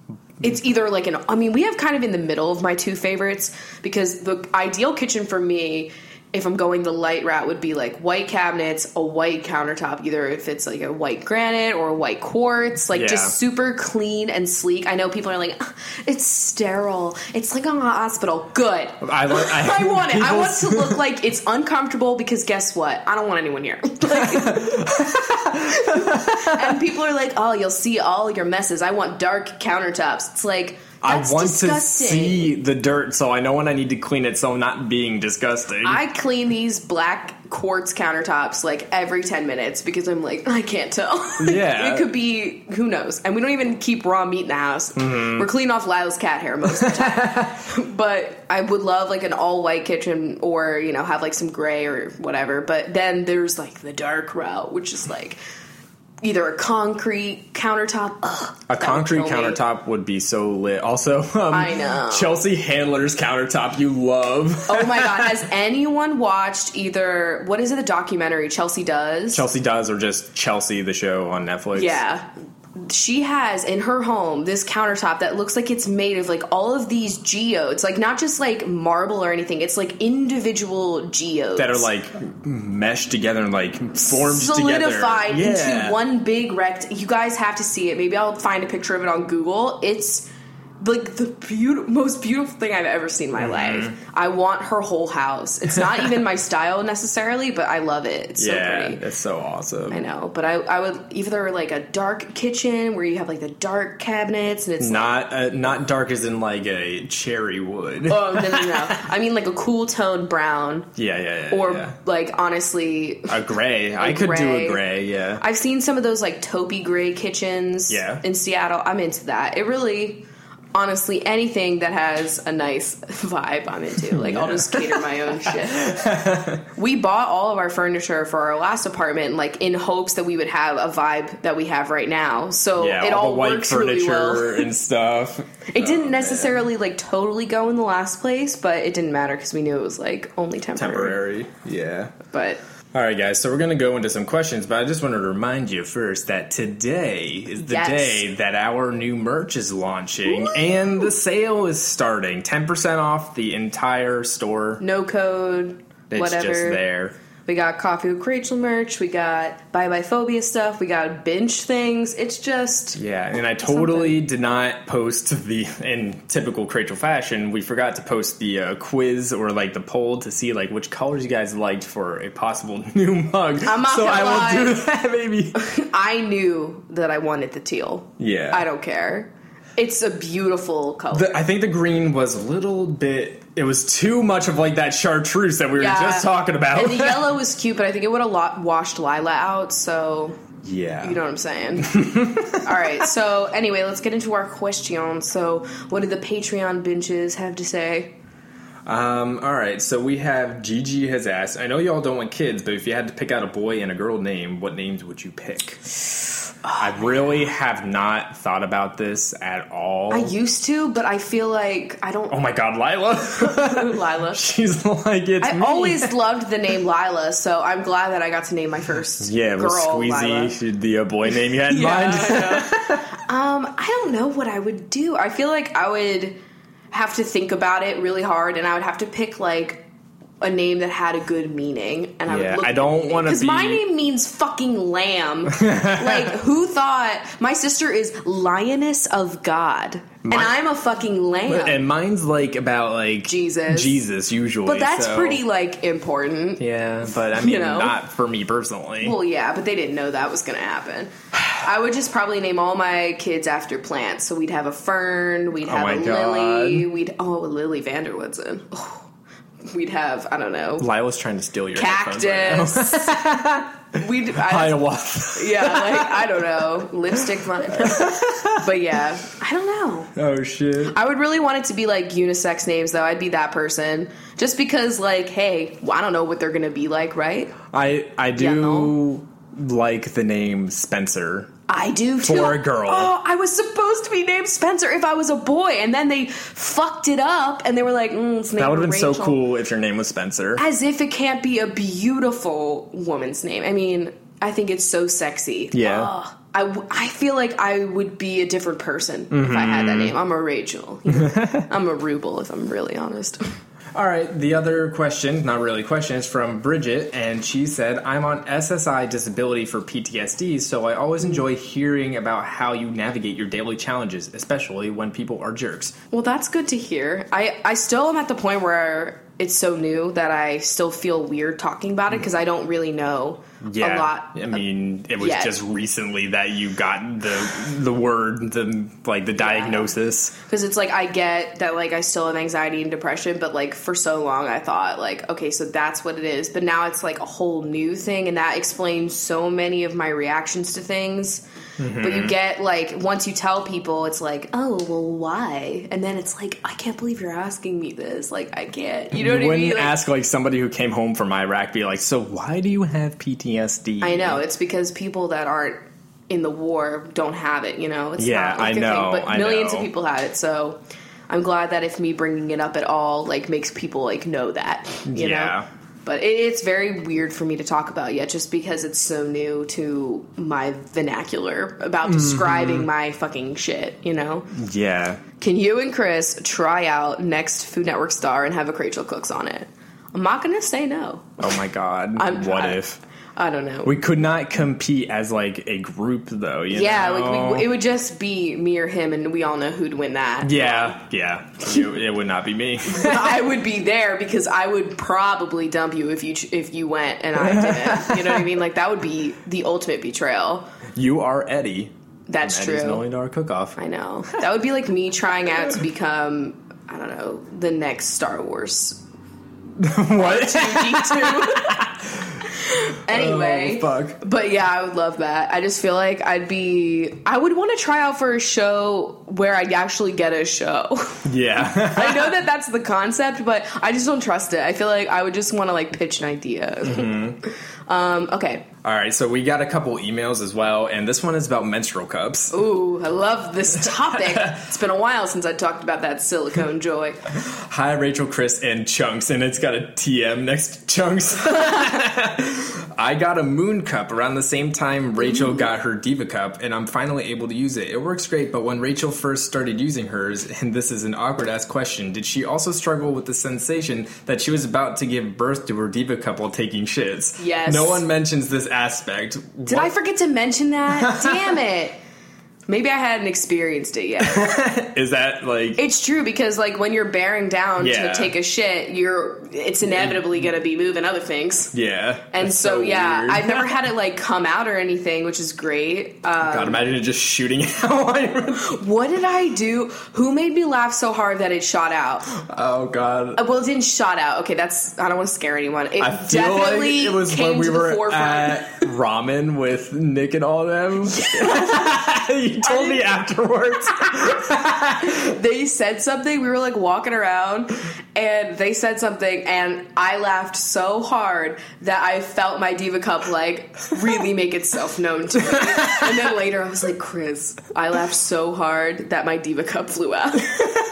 B: it's either like an I mean, we have kind of in the middle of my two favorites because the ideal kitchen for me if I'm going the light route would be like white cabinets, a white countertop, either if it's like a white granite or a white quartz, like
C: Yeah.
B: just super clean and sleek. I know people are like, "Ugh, it's sterile. It's like a hospital. Good.
C: I like- I-
B: [LAUGHS] I
C: [LAUGHS]
B: want it. I want it to
C: people's-
B: look like it's uncomfortable because guess what? I don't want anyone here. [LAUGHS] and people are like, "Oh, you'll see all your messes." I want dark countertops. It's like
C: I
B: that's
C: want
B: disgusting.
C: to see the dirt, so I know when I need to clean it, so I'm not being disgusting.
B: I clean these black quartz countertops like every ten minutes because I'm like, I can't tell. [LAUGHS]
C: Yeah.
B: it could be who knows. And we don't even keep raw meat in the house.
C: Mm-hmm.
B: We're cleaning off Lyle's cat hair most of the
C: [LAUGHS]
B: time. but I would love like an all white kitchen, or you know, have like some gray or whatever. But then there's like the dark route, which is like. Either a concrete countertop, ugh,
C: A
B: that would
C: concrete
B: kill me.
C: countertop would be so lit. Also, [LAUGHS] um,
B: I know.
C: Chelsea Handler's countertop you love. [LAUGHS]
B: Oh my god, has [LAUGHS] anyone watched either what is it the documentary Chelsea does?
C: Chelsea does, or just Chelsea the show on Netflix.
B: Yeah. She has in her home this countertop that looks like it's made of like all of these geodes, like not just like marble or anything. It's like individual geodes
C: that are like meshed together and like formed together.
B: solidified
C: Yeah.
B: into one big rect. You guys have to see it. Maybe I'll find a picture of it on Google. It's like the beautiful, most beautiful thing I've ever seen in
C: Mm-hmm.
B: my life. I want her whole house. It's not even my style necessarily, but I love it. It's so
C: Yeah,
B: pretty.
C: it's so awesome.
B: I know, but I, I would either like a dark kitchen where you have like the dark cabinets and it's
C: Not uh, not dark as in like a cherry
B: [LAUGHS]
C: wood.
B: oh no no no. I mean like a cool tone brown
C: yeah, yeah, yeah.
B: or
C: yeah.
B: like honestly,
C: a gray. I could do
B: gray.
C: a gray. Yeah,
B: I've seen some of those like taupey gray kitchens
C: Yeah.
B: in Seattle. I'm into that. It really honestly anything that has a nice [LAUGHS] vibe I'm into. Like I'll just cater my own shit.
C: [LAUGHS]
B: we bought all of our furniture for our last apartment like in hopes that we would have a vibe that we have right now. So
C: yeah.
B: it all,
C: the white
B: works
C: furniture
B: really well.
C: and
B: [LAUGHS]
C: stuff.
B: It didn't necessarily like totally go in the last place, but it didn't matter because we knew it was like only temporary.
C: Temporary. Yeah.
B: But
C: All right, guys. So we're going to go into some questions, but I just wanted to remind you first that today is the
B: Yes.
C: day that our new merch is launching and the sale is starting. Ten percent off the entire store.
B: no code,
C: It's
B: whatever.
C: just there.
B: We got coffee with Rachel merch. We got bye bye phobia stuff. We got binge things. It's just
C: Yeah, and I totally did not post the in typical Crachel fashion. We forgot to post the uh, quiz or like the poll to see like which colors you guys liked for a possible [LAUGHS] new mug.
B: I'm not
C: so
B: gonna
C: I
B: lie.
C: [LAUGHS] will do that, maybe.
B: I knew that I wanted the teal.
C: Yeah.
B: I don't care. It's a beautiful color.
C: The, I think the green was a little bit. It was too much of like that chartreuse that we were
B: Yeah.
C: just talking about. [LAUGHS]
B: and the yellow is cute, but I think it would have lot washed Lila out. So
C: yeah.
B: You know what I'm saying?
C: [LAUGHS]
B: All right. So anyway, let's get into our question. So, what did the Patreon benches have to say?
C: Um, all right, so we have Gigi has asked. I know y'all don't want kids, but if you had to pick out a boy and a girl name, what names would you pick? I really have not thought about this at all.
B: I used to, but I feel like I [LAUGHS] don't.
C: oh my god, Lila! [LAUGHS]
B: Lila.
C: She's like it's.
B: I
C: me.
B: always loved the name Lila, so I'm glad that I got to name my first
C: yeah, it
B: girl
C: was
B: Lila.
C: Squeezy the uh, boy name you
B: [LAUGHS]
C: had in mind. [LAUGHS]
B: Um, I don't know what I would do. I feel like I would have to think about it really hard, and I would have to pick like a name that had a good meaning. And I
C: Yeah,
B: would look
C: I don't wanna
B: because
C: be-
B: my name means fucking
C: [LAUGHS]
B: lamb. like who thought my sister is lioness of God, and I'm a fucking lamb.
C: And mine's like about like
B: Jesus.
C: Jesus usually.
B: but that's
C: so-
B: pretty like important.
C: Yeah,
B: [LAUGHS]
C: but I mean,
B: know?
C: not for me personally.
B: Well, yeah, but they didn't know that was going to happen. [SIGHS] I would just probably name all my kids after plants. So we'd have a fern, we'd have
C: my
B: a lily, we'd oh, a Lily Vanderwoodson. [SIGHS] Oh, we'd have I don't know
C: Lila's trying to steal your headphones right now.
B: cactus. we'd I,
C: Hiawatha.
B: yeah, like I don't know lipstick vine. but yeah, I don't know.
C: [LAUGHS] Oh shit.
B: I would really want it to be like unisex names though. I'd be that person just because like hey, well, I don't know what they're going to be like, right?
C: I I do
B: Yeah, no.
C: like the name Spencer.
B: I do too.
C: For a girl.
B: Oh, I was supposed to be named Spencer if I was a boy, and then they fucked it up, and they were like, mm, it's named
C: That would have been so
B: Rachel.
C: cool if your name was Spencer.
B: As if it can't be a beautiful woman's name. I mean, I think it's so sexy.
C: Yeah.
B: Ugh. I, w- I feel like I would be a different person if I had that
C: Mm-hmm.
B: name. I'm a Rachel.
C: [LAUGHS]
B: I'm a Ruble, if I'm really honest.
C: All right, the other question, not really a question, is from Bridget, and she said, I'm on SSI disability for PTSD, so I always
B: Hmm.
C: enjoy hearing about how you navigate your daily challenges, especially when people are jerks.
B: Well, that's good to hear. I, I still am at the point where it's so new that I still feel weird talking about it because I don't really know a lot.
C: I mean, it was
B: yeah.
C: just recently that you got the the word, the like the diagnosis.
B: Because it's like I get that like I still have anxiety and depression, but like for so long I thought like okay, so that's what it is. But now it's like a whole new thing, and that explains so many of my reactions to things. But you get like once you tell people, it's like oh well, why? And then it's like I can't believe you're asking me this. Like I can't. You know what I
C: wouldn't
B: mean? Like,
C: ask like somebody who came home from Iraq, be like, so why do you have PTSD?
B: I know it's because people that aren't in the war don't have it. You know, it's
C: Yeah,
B: not like
C: I
B: a thing,
C: know,
B: but
C: I
B: millions
C: know.
B: of people have it. So I'm glad that if me bringing it up at all like makes people like know that. You
C: Yeah.
B: know? But it, it's very weird for me to talk about yet, just because it's so new to my vernacular
C: Mm-hmm.
B: about describing my fucking shit. You know,
C: Yeah.
B: can you and Chris try out next Food Network Star and have a Rachel Cooks on it? I'm not gonna say no.
C: Oh my god.
B: [LAUGHS] I'm-
C: what
B: I-
C: if
B: I don't know.
C: we could not compete as like a group though? You
B: Yeah,
C: know?
B: like we, it would just be me or him, and we all know who'd win that.
C: yeah, yeah. You- it would not be me.
B: [LAUGHS] I would be there because I would probably dump you if you ch- if you went and I
C: [LAUGHS]
B: didn't. you know what I mean? Like that would be the ultimate betrayal.
C: you are Eddie.
B: That's
C: Eddie's
B: true.
C: million dollar cook off.
B: I know that would be like me trying out to become I don't know the next Star Wars. [LAUGHS]
C: [LAUGHS] what? [LAUGHS]
B: Anyway,
C: Oh, fuck.
B: But yeah, I would love that. I just feel like I'd be. I would want to try out for a show where I'd actually get a show. [LAUGHS]
C: Yeah. [LAUGHS]
B: I know that that's the concept, but I just don't trust it. I feel like I would just want to like pitch an idea.
C: Mm-hmm.
B: um, okay.
C: All right, so we got a couple emails as well, and this one is about menstrual cups.
B: Ooh, I love this
C: [LAUGHS]
B: topic. it's been a while since I talked about that silicone joy.
C: Hi, Rachel, Chris, and Chunks, and it's got a TM next to Chunks. [LAUGHS] I got a moon cup around the same time Rachel got her diva cup, and I'm finally able to use it. It works great, but when Rachel first started using hers, [LAUGHS] and this is an awkward ass question, did she also struggle with the sensation that she was about to give birth to her diva cup while taking shits?
B: Yes.
C: No one mentions this aspect.
B: Did I forget to mention
C: [LAUGHS]
B: that? Damn it. Maybe I hadn't experienced it yet.
C: [LAUGHS] Is that like
B: It's true because like when you're bearing down
C: Yeah.
B: to take a shit, your it's inevitably going to be moving other things.
C: Yeah.
B: And
C: It's
B: so, yeah,
C: weird.
B: I've never
C: [LAUGHS]
B: had it like come out or anything, which is great. Uh,
C: God, imagine it just shooting [LAUGHS] out.
B: what did I do? Who made me laugh so hard that it shot out?
C: oh God.
B: Uh, well, it didn't shot out. Okay, that's I don't want to scare anyone. It
C: I feel
B: definitely
C: like it was
B: came
C: when we
B: to the
C: were
B: forefront.
C: at ramen with Nick and
B: [LAUGHS]
C: all them. [LAUGHS] you told me afterwards.
B: [LAUGHS] they said something. We were like walking around, and they said something, and I laughed so hard that I felt my diva cup like really make itself known to me. and then later, I was like, Chris, I laughed so hard that my diva cup flew out. [LAUGHS]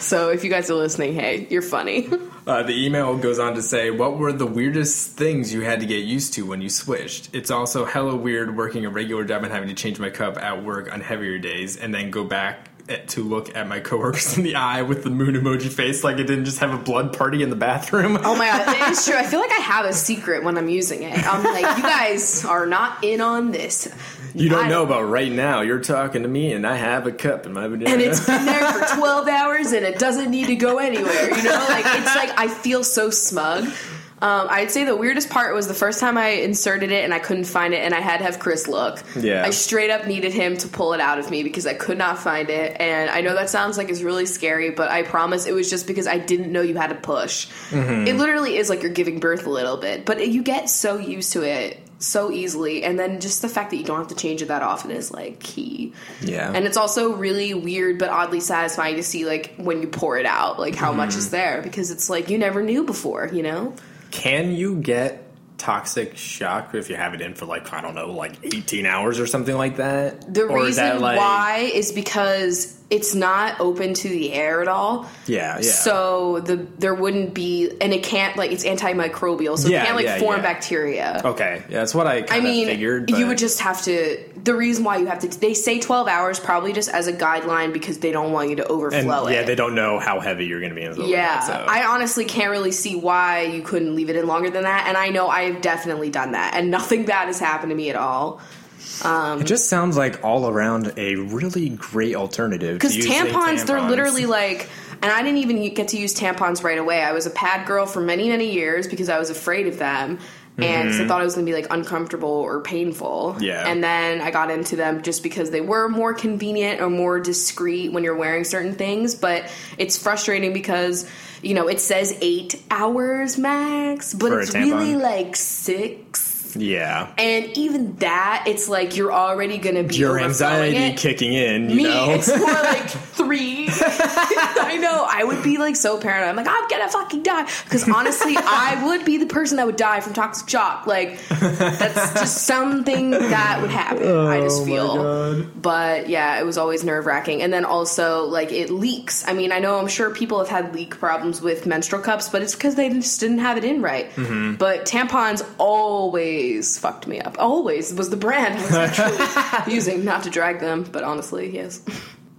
B: so if you guys are listening, hey, you're funny. [LAUGHS]
C: Uh, the email goes on to say, "What were the weirdest things you had to get used to when you switched? It's also hella weird working a regular job and having to change my cup at work on heavier days, and then go back." at- To look at my coworkers [LAUGHS] in the eye with the moon emoji face, like it didn't just have a blood party in the bathroom.
B: Oh my god, that is true. I feel like I have a secret when I'm using it. I'm like, you guys are not in on this.
C: you don't
B: I-
C: know about right now. You're talking to me, and I have a cup in my vagina.
B: and it's been there for 12 hours and it doesn't need to go anywhere you know like it's like i feel so smug um, i'd say the weirdest part was the first time i inserted it and i couldn't find it and i had to have chris look
C: Yeah.
B: i straight up needed him to pull it out of me because i could not find it and i know that sounds like it's really scary but i promise it was just because i didn't know you had to push it literally is like you're giving birth a little bit but you get so used to it so easily and then just the fact that you don't have to change it that often is like key
C: [LAUGHS] yeah,
B: and it's also really weird but oddly satisfying to see like when you pour it out, like how much
C: Mm-hmm.
B: is there because it's like you never knew before, you know?
C: Can you get toxic shock if you have it in for like I don't know, like eighteen hours or something like that?
B: The
C: or is
B: reason
C: that, like-
B: why is because it's not open to the air at all.
C: yeah, yeah.
B: So the there wouldn't be and it can't like it's antimicrobial, so
C: Yeah,
B: it can't like
C: yeah,
B: form
C: yeah.
B: bacteria.
C: okay, yeah, that's what I
B: I
C: kind of
B: mean,
C: figured.
B: you
C: but-
B: would just have to. The reason why you have to, they say twelve hours, probably just as a guideline because they don't want you to
C: and,
B: overflow it.
C: yeah, they don't know how heavy you're going to be in the
B: Yeah,
C: so.
B: I honestly can't really see why you couldn't leave it in longer than that, and I know I have definitely done that, and nothing bad has happened to me at all.
C: it just sounds like all around a really great alternative.
B: Because
C: to using
B: tampons, they're
C: tampons.
B: literally like, and I didn't even get to use tampons right away. I was a pad girl for many, many years because I was afraid of them. And 'cause I thought it was going to be like uncomfortable or painful.
C: Mm-hmm. Yeah.
B: And then I got into them just because they were more convenient or more discreet when you're wearing certain things. But it's frustrating because, you know, it says eight hours max, but
C: For a
B: it's really
C: tampon.
B: like six.
C: yeah.
B: And even that, it's like you're already going to be
C: Your
B: overflowing
C: anxiety
B: it
C: kicking in, you
B: me,
C: know.
B: it's
C: [LAUGHS]
B: more like three. [LAUGHS] I know. I would be like so paranoid. I'm like, I'm gonna fucking die. Because honestly, I would be the person that would die from toxic shock. Like, that's just something that would happen. I
C: Oh
B: just feel. But yeah, it was always nerve wracking. And then also, like, it leaks. I mean, I know I'm sure people have had leak problems with menstrual cups, but it's because they just didn't have it in right.
C: Mm-hmm.
B: But tampons always fucked me up. Always was the brand I was
C: [LAUGHS]
B: actually using, not to drag them, but honestly, yes. [LAUGHS]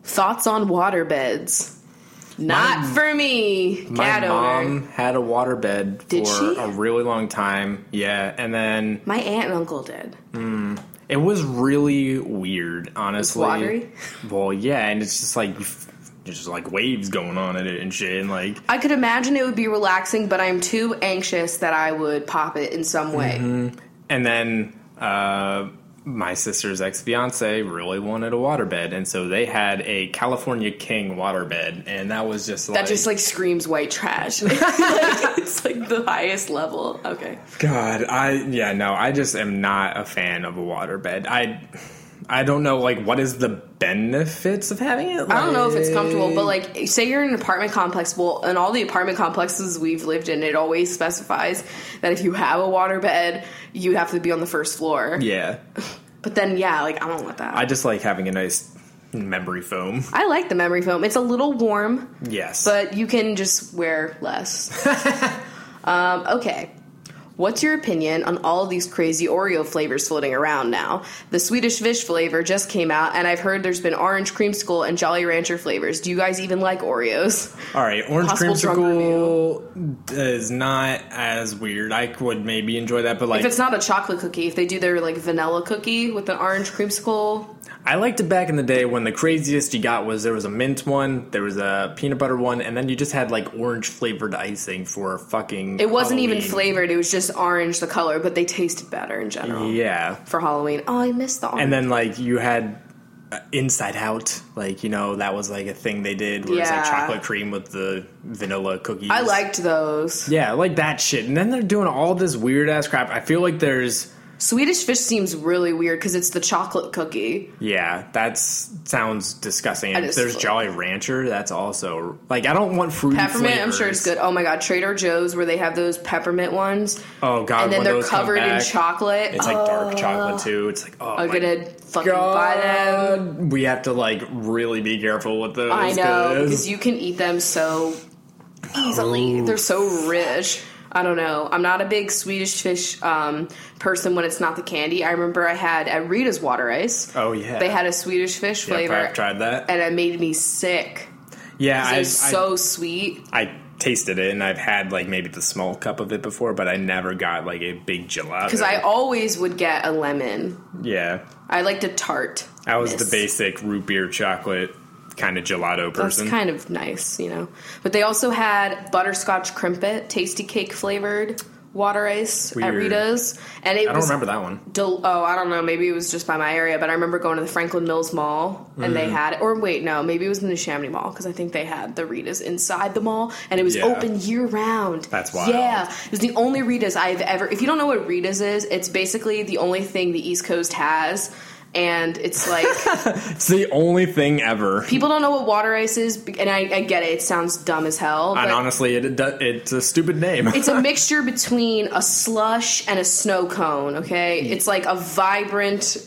B: Thoughts on water beds. Not for me,
C: My
B: cat
C: mom
B: owner.
C: had a waterbed
B: Did
C: for
B: she?
C: a really long time. Yeah, and then
B: My aunt and uncle did.
C: It was really weird, honestly.
B: watery?
C: Well, yeah, and it's just like there's just like waves going on in it and shit, and like
B: I could imagine it would be relaxing, but I'm too anxious that I would pop it in some way.
C: Mm-hmm. and then uh, my sister's ex fiance really wanted a waterbed, and so they had a California King waterbed, and that was just like,
B: That just like screams white trash. [LAUGHS] Like, it's like the highest level. Okay.
C: God, I yeah no, I just am not a fan of a waterbed. I I don't know like what is the benefits of having it.
B: I don't know if it's
C: Like-
B: comfortable, but like, say you're in an apartment complex. Well, in all the apartment complexes we've lived in, it always specifies that if you have a water bed, you have to be on the first floor.
C: yeah,
B: But then, yeah, like, I don't want that.
C: I
B: I,
C: just like having a nice memory foam.
B: like the memory foam. It's a little warm,
C: Yes,
B: but you can just wear
C: [LAUGHS]
B: less. um, okay. What's your opinion on all these crazy Oreo flavors floating around now? The Swedish fish flavor just came out, and I've heard there's been orange creamsicle and Jolly Rancher flavors. Do you guys even like Oreos?
C: All right, orange
B: Possible drug
C: creamsicle is not as weird. I would maybe enjoy that, but like
B: If it's not a chocolate cookie, if they do their like vanilla cookie with an orange creamsicle,
C: I liked it back in the day when the craziest you got was there was a mint one, there was a peanut butter one, and then you just had like orange flavored icing for fucking.
B: It wasn't even
C: Halloween.
B: flavored; it was just orange, the color. But they tasted better in general.
C: Yeah,
B: For Halloween, oh, I missed the orange.
C: and then like you had uh, Inside Out, like you know that was like a thing they did where it's like
B: Yeah.
C: chocolate cream with the vanilla cookies.
B: I liked those.
C: Yeah, I like that shit. And then they're doing all this weird ass crap. I feel like there's
B: Swedish fish seems really weird because it's the chocolate cookie.
C: yeah, that sounds disgusting. And
B: just-
C: there's Jolly Rancher. That's also like I don't want fruity
B: Peppermint, I'm sure
C: flavors.
B: it's good. Oh my god, Trader Joe's where they have those peppermint ones.
C: Oh god,
B: and then
C: when
B: they're
C: those come
B: covered in
C: back,
B: chocolate.
C: It's like dark chocolate too. It's like oh,
B: I'm
C: my
B: gonna fucking buy them.
C: god, we have to like really be careful with those.
B: I know
C: 'cause-
B: because you can eat them so easily. They're so rich. I don't know. I'm not a big Swedish fish um, person when it's not the candy. I remember I had at Rita's Water Ice.
C: Oh, yeah.
B: they had a Swedish fish
C: Yeah,
B: flavor,
C: I've tried that.
B: and it made me sick.
C: yeah, I,
B: It was
C: I-
B: so sweet.
C: I tasted it and I've had like maybe the small cup of it before, but I never got like a big gelato.
B: Because I always would get a lemon.
C: yeah,
B: I liked a tart.
C: I was the basic root beer chocolate kind of gelato
B: That's
C: person.
B: kind of nice, you know. But they also had butterscotch crimpet, tasty cake flavored water ice at
C: Weird.
B: Rita's, and it
C: I don't
B: was
C: remember that one.
B: Del- oh, I don't know. Maybe it was just by my area, but I remember going to the Franklin Mills Mall and
C: Mm.
B: they had it. Or wait, no, maybe it was in the Chamonix Mall because I think they had the Rita's inside the mall and it was
C: Yeah.
B: open year round.
C: That's wild.
B: Yeah, it was the only Rita's I've ever. If you don't know what Rita's is, it's basically the only thing the East Coast has. And it's
C: [LAUGHS]
B: like
C: It's the only thing ever.
B: people don't know what water ice is, and I, I get it. It sounds dumb as hell.
C: And
B: but-
C: honestly, it, it do- it's a stupid name. [LAUGHS]
B: it's a mixture between a slush and a snow cone. Okay, it's like a vibrant.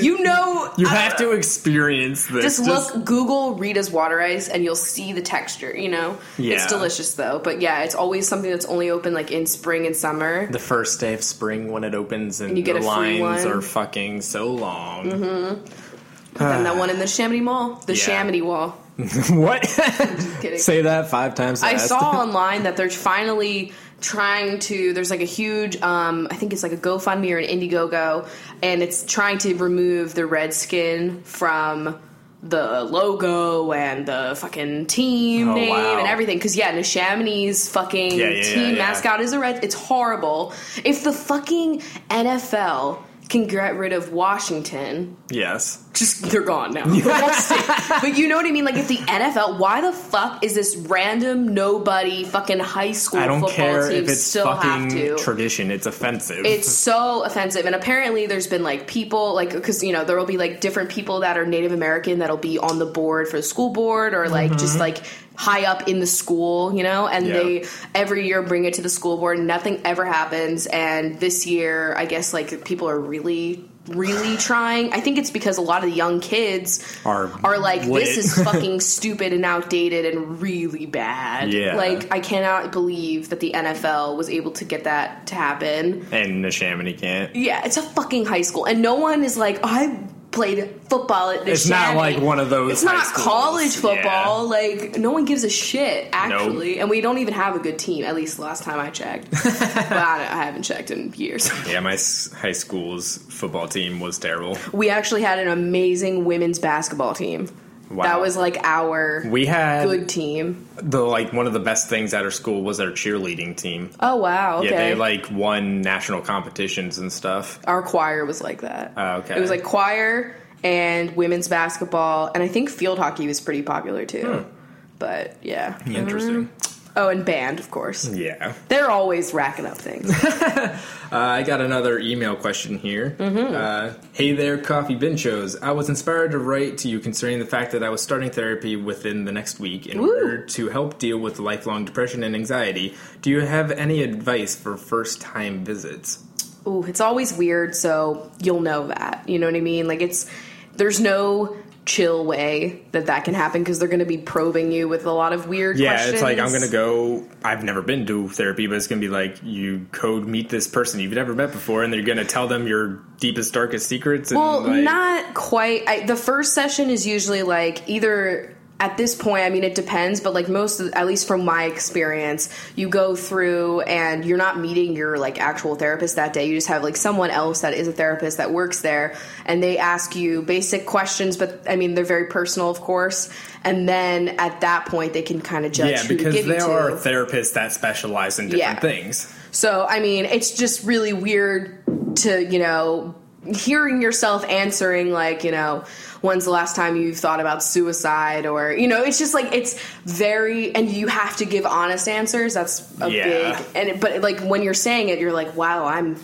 B: You know,
C: Hmm. you
B: I-
C: have to experience this.
B: just, look, Google Rita's water ice, and you'll see the texture. You know, it's
C: Yeah.
B: delicious though. But yeah, it's always something that's only open like in spring and summer.
C: the first day of spring when it opens, and
B: you get
C: the
B: a free
C: lines
B: one. Mm-hmm.
C: are fucking so long.
B: and
C: [SIGHS]
B: that one in the Chamonix Mall, the
C: Yeah.
B: Chamonix Wall.
C: [LAUGHS] what? [LAUGHS]
B: Kidding.
C: Say that five times.
B: I
C: fast.
B: saw
C: [LAUGHS]
B: online that they're finally trying to. There's like a huge, um, I think it's like a GoFundMe or an Indiegogo, and it's trying to remove the red skin from the logo and the fucking team
C: Oh,
B: name
C: wow.
B: and everything. Because yeah, Neshamini's fucking
C: Yeah, yeah,
B: team
C: yeah, yeah.
B: mascot is a red. It's horrible. If the fucking NFL can get rid of Washington
C: Yes.
B: just they're gone now. [LAUGHS] That's it. but you know what I mean? Like if the NFL, why the fuck is this random nobody fucking high school
C: I don't
B: football
C: care
B: team
C: if it's
B: still have to?
C: fucking tradition. It's offensive.
B: it's so offensive, and apparently there's been like people like because you know there will be like different people that are Native American that'll be on the board for the school board or like just like high up in the school, you know, and
C: Mm-hmm. Yeah.
B: they every year bring it to the school board. Nothing ever happens, and this year I guess like people are really.
C: [SIGHS]
B: Really trying. I think it's because a lot of the young kids
C: Are
B: are like
C: lit.
B: this is fucking [LAUGHS] stupid and outdated and really bad.
C: Yeah.
B: Like I cannot believe that the NFL was able to get that to happen.
C: and the Chamonix can't.
B: Yeah, it's a fucking high school, and no one is like I played football at this.
C: It's not like one of those
B: It's
C: high
B: not
C: schools.
B: college
C: Yeah.
B: football. Like no one gives a shit actually, and we don't even have a good team. At least last time I
C: [LAUGHS]
B: checked, but I, don't- I haven't checked in years.
C: Yeah, my s- high school's football team was terrible.
B: We actually had an amazing women's basketball team.
C: Wow.
B: That was like our
C: We had
B: good team.
C: the like one of the best things at our school was our cheerleading team.
B: Oh wow! Okay.
C: Yeah, they like won national competitions and stuff.
B: our choir was like that.
C: Oh, okay.
B: It was like choir and women's basketball, and I think field hockey was pretty popular too.
C: Hmm.
B: But yeah.
C: Interesting.
B: Oh, and band, of course.
C: Yeah.
B: They're always racking up
C: [LAUGHS]
B: things.
C: I got another email question here. Uh, hey there, Coffee Binchos. I was inspired to write to you concerning the fact that I was starting therapy within the next week in
B: Woo.
C: order to help deal with lifelong depression and anxiety. Do you have any advice for first time visits?
B: Ooh, it's always weird, so you'll know that. You know what I mean? Like it's there's no chill way that that can happen because they're going to be probing you with a lot of weird.
C: Yeah,
B: questions.
C: it's like I'm gonna go. I've never been to therapy, but it's gonna be like you code meet this person you've never met before, and they're gonna tell them your deepest, darkest secrets. And
B: Well,
C: like,
B: not quite. I, the first session is usually like either at this point, I mean, it depends, but like most, of, at least from my experience, you go through and you're not meeting your like actual therapist that day. You just have like someone else that is a therapist that works there, and they ask you basic questions, but I mean, they're very personal, of course. And then at that point, they can kind of judge.
C: Yeah,
B: who to
C: because
B: give you
C: there
B: to.
C: are therapists that specialize in different
B: Yeah.
C: things.
B: So, I mean, it's just really weird to, you know, hearing yourself answering, like, you know, when's the last time you've thought about suicide or, you know, it's just like, it's very, and you have to give honest answers. That's a
C: Yeah.
B: big, and, it, but like when you're saying it, you're like, wow, I'm,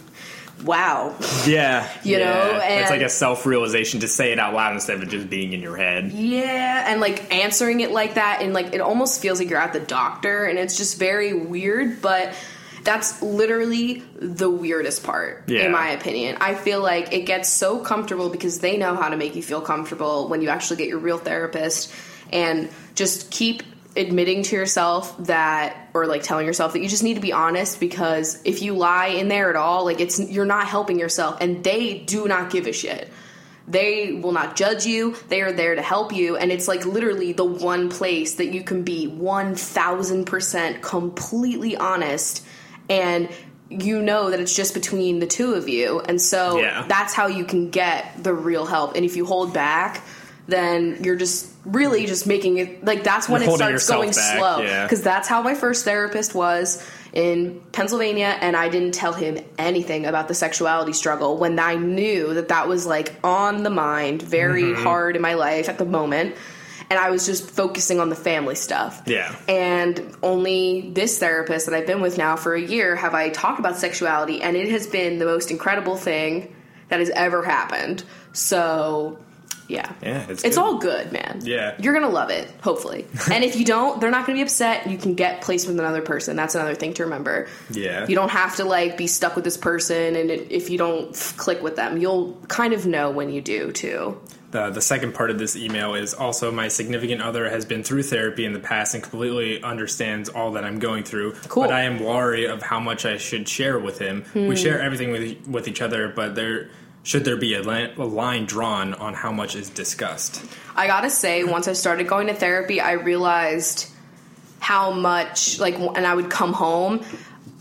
B: wow.
C: Yeah,
B: You know,
C: yeah. it's like
B: and-
C: a self realization to say it out loud instead of it just being in your head.
B: Yeah, and like answering it like that, and like it almost feels like you're at the doctor, and it's just very weird, but that's literally the weirdest part,
C: Yeah.
B: in my opinion. I feel like it gets so comfortable because they know how to make you feel comfortable when you actually get your real therapist, and just keep admitting to yourself that or like telling yourself that you just need to be honest because if you lie in there at all like it's you're not helping yourself and they do not give a shit they will not judge you. They are there to help you. And it's like literally the one place that you can be 1000% completely honest and you know that it's just between the two of you. And so
C: Yeah.
B: that's how you can get the real help. And if you hold back, then you're just really just making it like that's when
C: You're
B: it
C: holding
B: starts
C: yourself
B: going
C: back,
B: slow.
C: yeah.
B: Because that's how my first therapist was in Pennsylvania, and I didn't tell him anything about the sexuality struggle when I knew that that was like on the mind, very
C: Mm-hmm.
B: hard in my life at the moment. And I was just focusing on the family stuff.
C: Yeah.
B: And only this therapist that I've been with now for a year have I talked about sexuality, and it has been the most incredible thing that has ever happened. So, yeah.
C: Yeah, it's
B: It's
C: good.
B: all good, man.
C: Yeah.
B: You're gonna love it,
C: [LAUGHS]
B: hopefully. and if you don't, they're not gonna be upset. You can get placed with another person. That's another thing to remember.
C: Yeah.
B: You don't have to like be stuck with this person, and it, if you don't f- click with them, you'll kind of know when you do too.
C: The, the second part of this email is also my significant other has been through therapy in the past and completely understands all that I'm going through.
B: Cool. Hmm.
C: But I am wary of how much I should share with him. We share everything with with each other, but there should there be a, li- a line drawn on how much is discussed?
B: I gotta say, once I started going to therapy, I realized how much, like, w- and I would come home,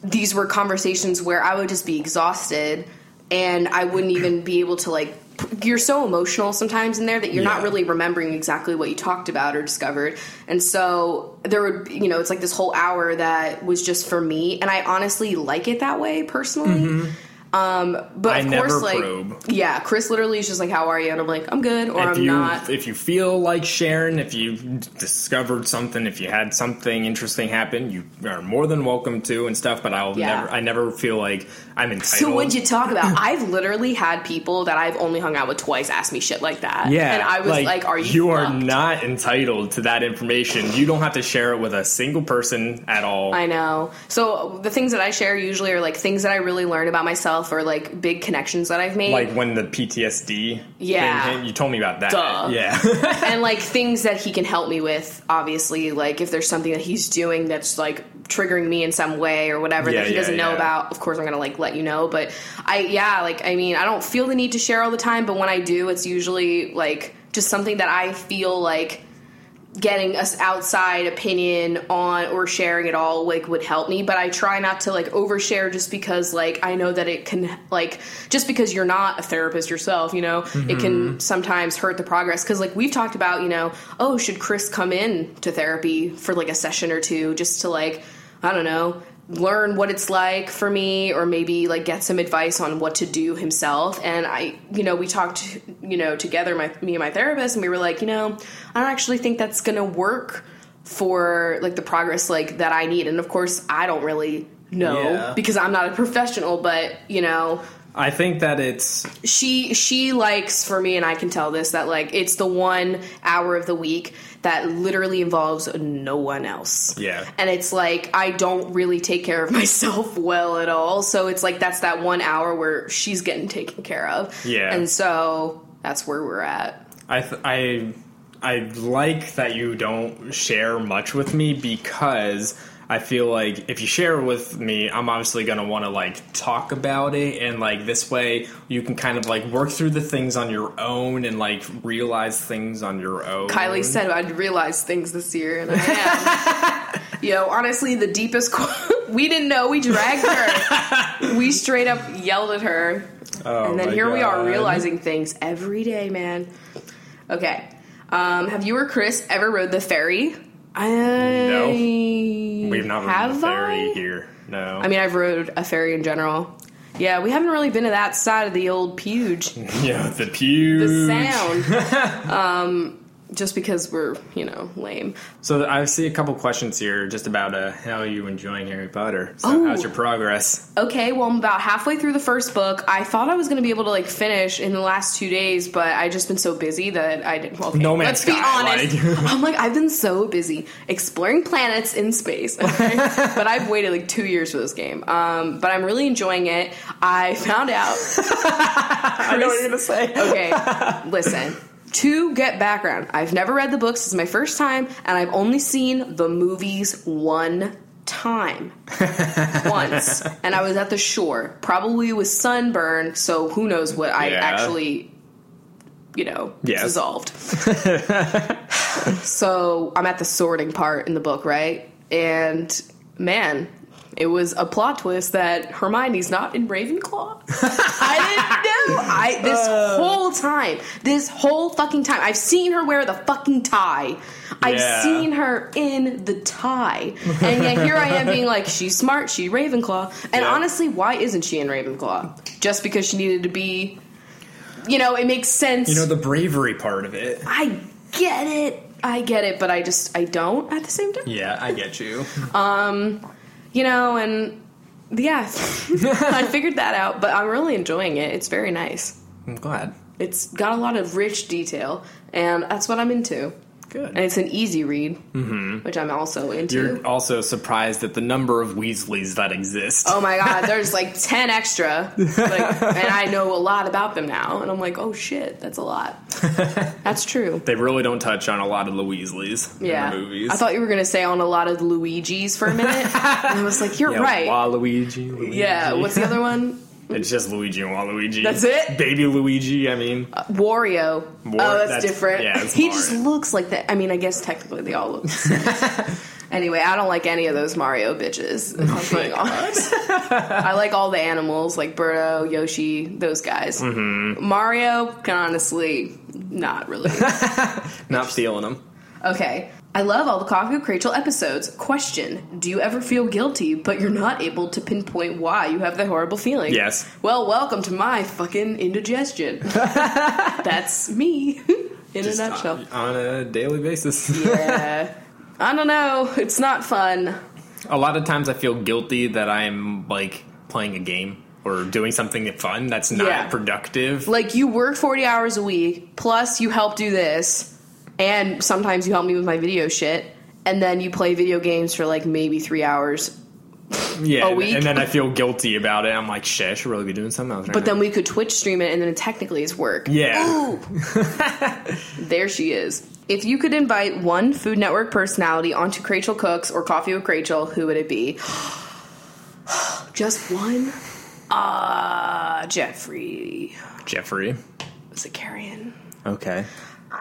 B: these were conversations where I would just be exhausted and I wouldn't even be able to, like, p- you're so emotional sometimes in there that you're not
C: Yeah.
B: really remembering exactly what you talked about or discovered. And so there would, be- you know, it's like this whole hour that was just for me. And I honestly like it that way personally. Um, but
C: Mm-hmm. I
B: of
C: never
B: course, like,
C: probe.
B: yeah, Chris literally is just like, "How are you?" And I'm like, "I'm good," or
C: if
B: "I'm
C: you
B: not."
C: if you feel like sharing, if you discovered something, if you had something interesting happen, you are more than welcome to and stuff. But I'll
B: Yeah.
C: never I never feel like I'm entitled.
B: So what'd you talk about? I've literally had people that I've only hung out with twice ask me shit like that.
C: Yeah,
B: and I was like, "Are you?
C: You are
B: fucked?"
C: not entitled to that information. You don't have to share it with a single person at all.
B: I know. So the things that I share usually are like things that I really learn about myself or like big connections that I've made.
C: like when the PTSD
B: Yeah.
C: thing hit, you told me about that.
B: Duh.
C: Yeah. [LAUGHS]
B: and like things that he can help me with obviously like if there's something that he's doing that's like triggering me in some way or whatever
C: Yeah,
B: that he
C: yeah,
B: doesn't know
C: yeah.
B: about of course i'm gonna like let you know but i yeah like i mean i don't feel the need to share all the time but when i do it's usually like just something that i feel like getting us outside opinion on or sharing it all like would help me but i try not to like overshare just because like i know that it can like just because you're not a therapist yourself you know it can sometimes hurt the progress because like we've talked about you know oh should chris come in to therapy for like a session or two just to like i don't know learn what it's like for me or maybe like get some advice on what to do himself and i you know we talked you know together my me and my therapist and we were like you know i don't actually think that's going to work for like the progress like that i need and of course i don't really know
C: Yeah.
B: because i'm not a professional but you know
C: I think that it's
B: she she likes for me and I can tell this that like it's the one hour of the week that literally involves no one else.
C: Yeah.
B: And it's like I don't really take care of [LAUGHS] myself well at all. So it's like that's that one hour where she's getting taken care of.
C: Yeah.
B: And so that's where we're at.
C: I th- I I like that you don't share much with me because I feel like if you share with me, I'm obviously going to want to like talk about it, and like this way you can kind of like work through the things on your own and like realize things on your own.
B: Kylie said I'd realized things this year, and I am.
C: [LAUGHS]
B: Yo, honestly, the deepest. [LAUGHS] Qu- we didn't know. We dragged
C: [LAUGHS]
B: her. we straight up yelled at her,
C: Oh
B: and then
C: my
B: here we are
C: God.
B: realizing things every day, man. Okay, um, have you or Chris ever rode the ferry? I no.
C: we've
B: We've
C: not ridden the ferry here. No,
B: I mean, I've rode a ferry in general. Yeah, we haven't really been to that side of the old Puge.
C: [LAUGHS] yeah, the pew.
B: the sound. um,
C: [LAUGHS]
B: just because we're, you know, lame.
C: So I see a couple questions here just about uh, how are you enjoying Harry Potter. So
B: Oh.
C: how's your progress?
B: Okay, well, I'm about halfway through the first book. I thought I was going to be able to, like, finish in the last two days, but I just been so busy that I didn't. Well, okay,
C: No Man's
B: let's be
C: Sky,
B: honest.
C: like- [LAUGHS]
B: I'm like, I've been so busy exploring planets in space,
C: [LAUGHS]
B: okay? but I've waited, like, two years for this game. Um, but I'm really enjoying it. I found out.
C: I know what you're gonna say.
B: Okay, listen. To get background, I've never read the books. This is my first time, and I've only seen the movies one time.
C: [LAUGHS]
B: Once. And I was at the shore, probably with sunburn, so who knows what I
C: Yeah.
B: actually, you know,
C: Yes.
B: dissolved. so I'm at the sorting part in the book, right? And man, it was a plot twist that Hermione's not in
C: [LAUGHS]
B: Ravenclaw. I didn't know. I this
C: Uh.
B: whole time, this whole fucking time, I've seen her wear the fucking tie. I've
C: Yeah.
B: seen her in the tie, and yet here I am being like, she's smart, she Ravenclaw, and
C: Yeah.
B: honestly, why isn't she in Ravenclaw? Just because she needed to be, you know, it makes sense.
C: You know the bravery part of it.
B: I get it. I get it, but I just I don't at the same time.
C: Yeah, I get you.
B: You know, and yeah, [LAUGHS] I figured that out, but I'm really enjoying it. It's very nice.
C: [LAUGHS] I'm glad.
B: It's got a lot of rich detail, and that's what I'm into.
C: Good.
B: And it's an easy read, which I'm also into.
C: Mm-hmm. You're also surprised at the number of Weasleys that exist.
B: oh my god, there's like 10 extra. Like,
C: [LAUGHS]
B: and I know a lot about them now. And I'm like, oh shit, that's a
C: [LAUGHS]
B: lot. That's true.
C: They really don't touch on a lot of the Weasleys
B: Yeah.
C: in the movies.
B: I thought you were going to say on a lot of Luigi's for a minute.
C: [LAUGHS]
B: and I was like, you're
C: yeah,
B: right.
C: Waluigi. Luigi.
B: yeah, what's the other one?
C: [LAUGHS] It's just Luigi and Waluigi.
B: That's it?
C: Baby Luigi. I mean,
B: Uh, Wario.
C: War-
B: oh, that's,
C: that's-
B: different.
C: yeah, it's
B: he
C: Mario.
B: just looks like that. I mean, I guess technically they all look. the same.
C: [LAUGHS]
B: anyway, I don't like any of those Mario bitches. If
C: [LAUGHS]
B: I'm being honest, I like all the animals, like Birdo, Yoshi, those guys.
C: Mm-hmm.
B: Mario can honestly not really.
C: not stealing them.
B: okay. I love all the Coffee with Rachel episodes. Question: Do you ever feel guilty, but you're not able to pinpoint why you have that horrible feeling?
C: Yes.
B: Well, welcome to my fucking
C: [LAUGHS]
B: indigestion. That's me [LAUGHS] in
C: Just
B: a
C: on-
B: nutshell.
C: on a daily basis.
B: Yeah. I don't know. It's not fun.
C: [LAUGHS] a lot of times I feel guilty that I'm like playing a game or doing something fun that's not
B: Yeah.
C: productive.
B: Like, you work 40 hours a week, plus you help do this, and sometimes you help me with my video shit, and then you play video games for like maybe three hours.
C: yeah,
B: a
C: and-
B: week.
C: and then I feel guilty about it. I'm like, shit, I should really be doing something else. Right
B: But
C: now.
B: then we could Twitch stream it, and then technically it's work.
C: Yeah.
B: Ooh. there she is. If you could invite one Food Network personality onto Crachel Cooks or Coffee with Crachel, who would it be? [GASPS] Just one? Uh, Jeffrey
C: Jeffrey.
B: Zakarian.
C: Okay.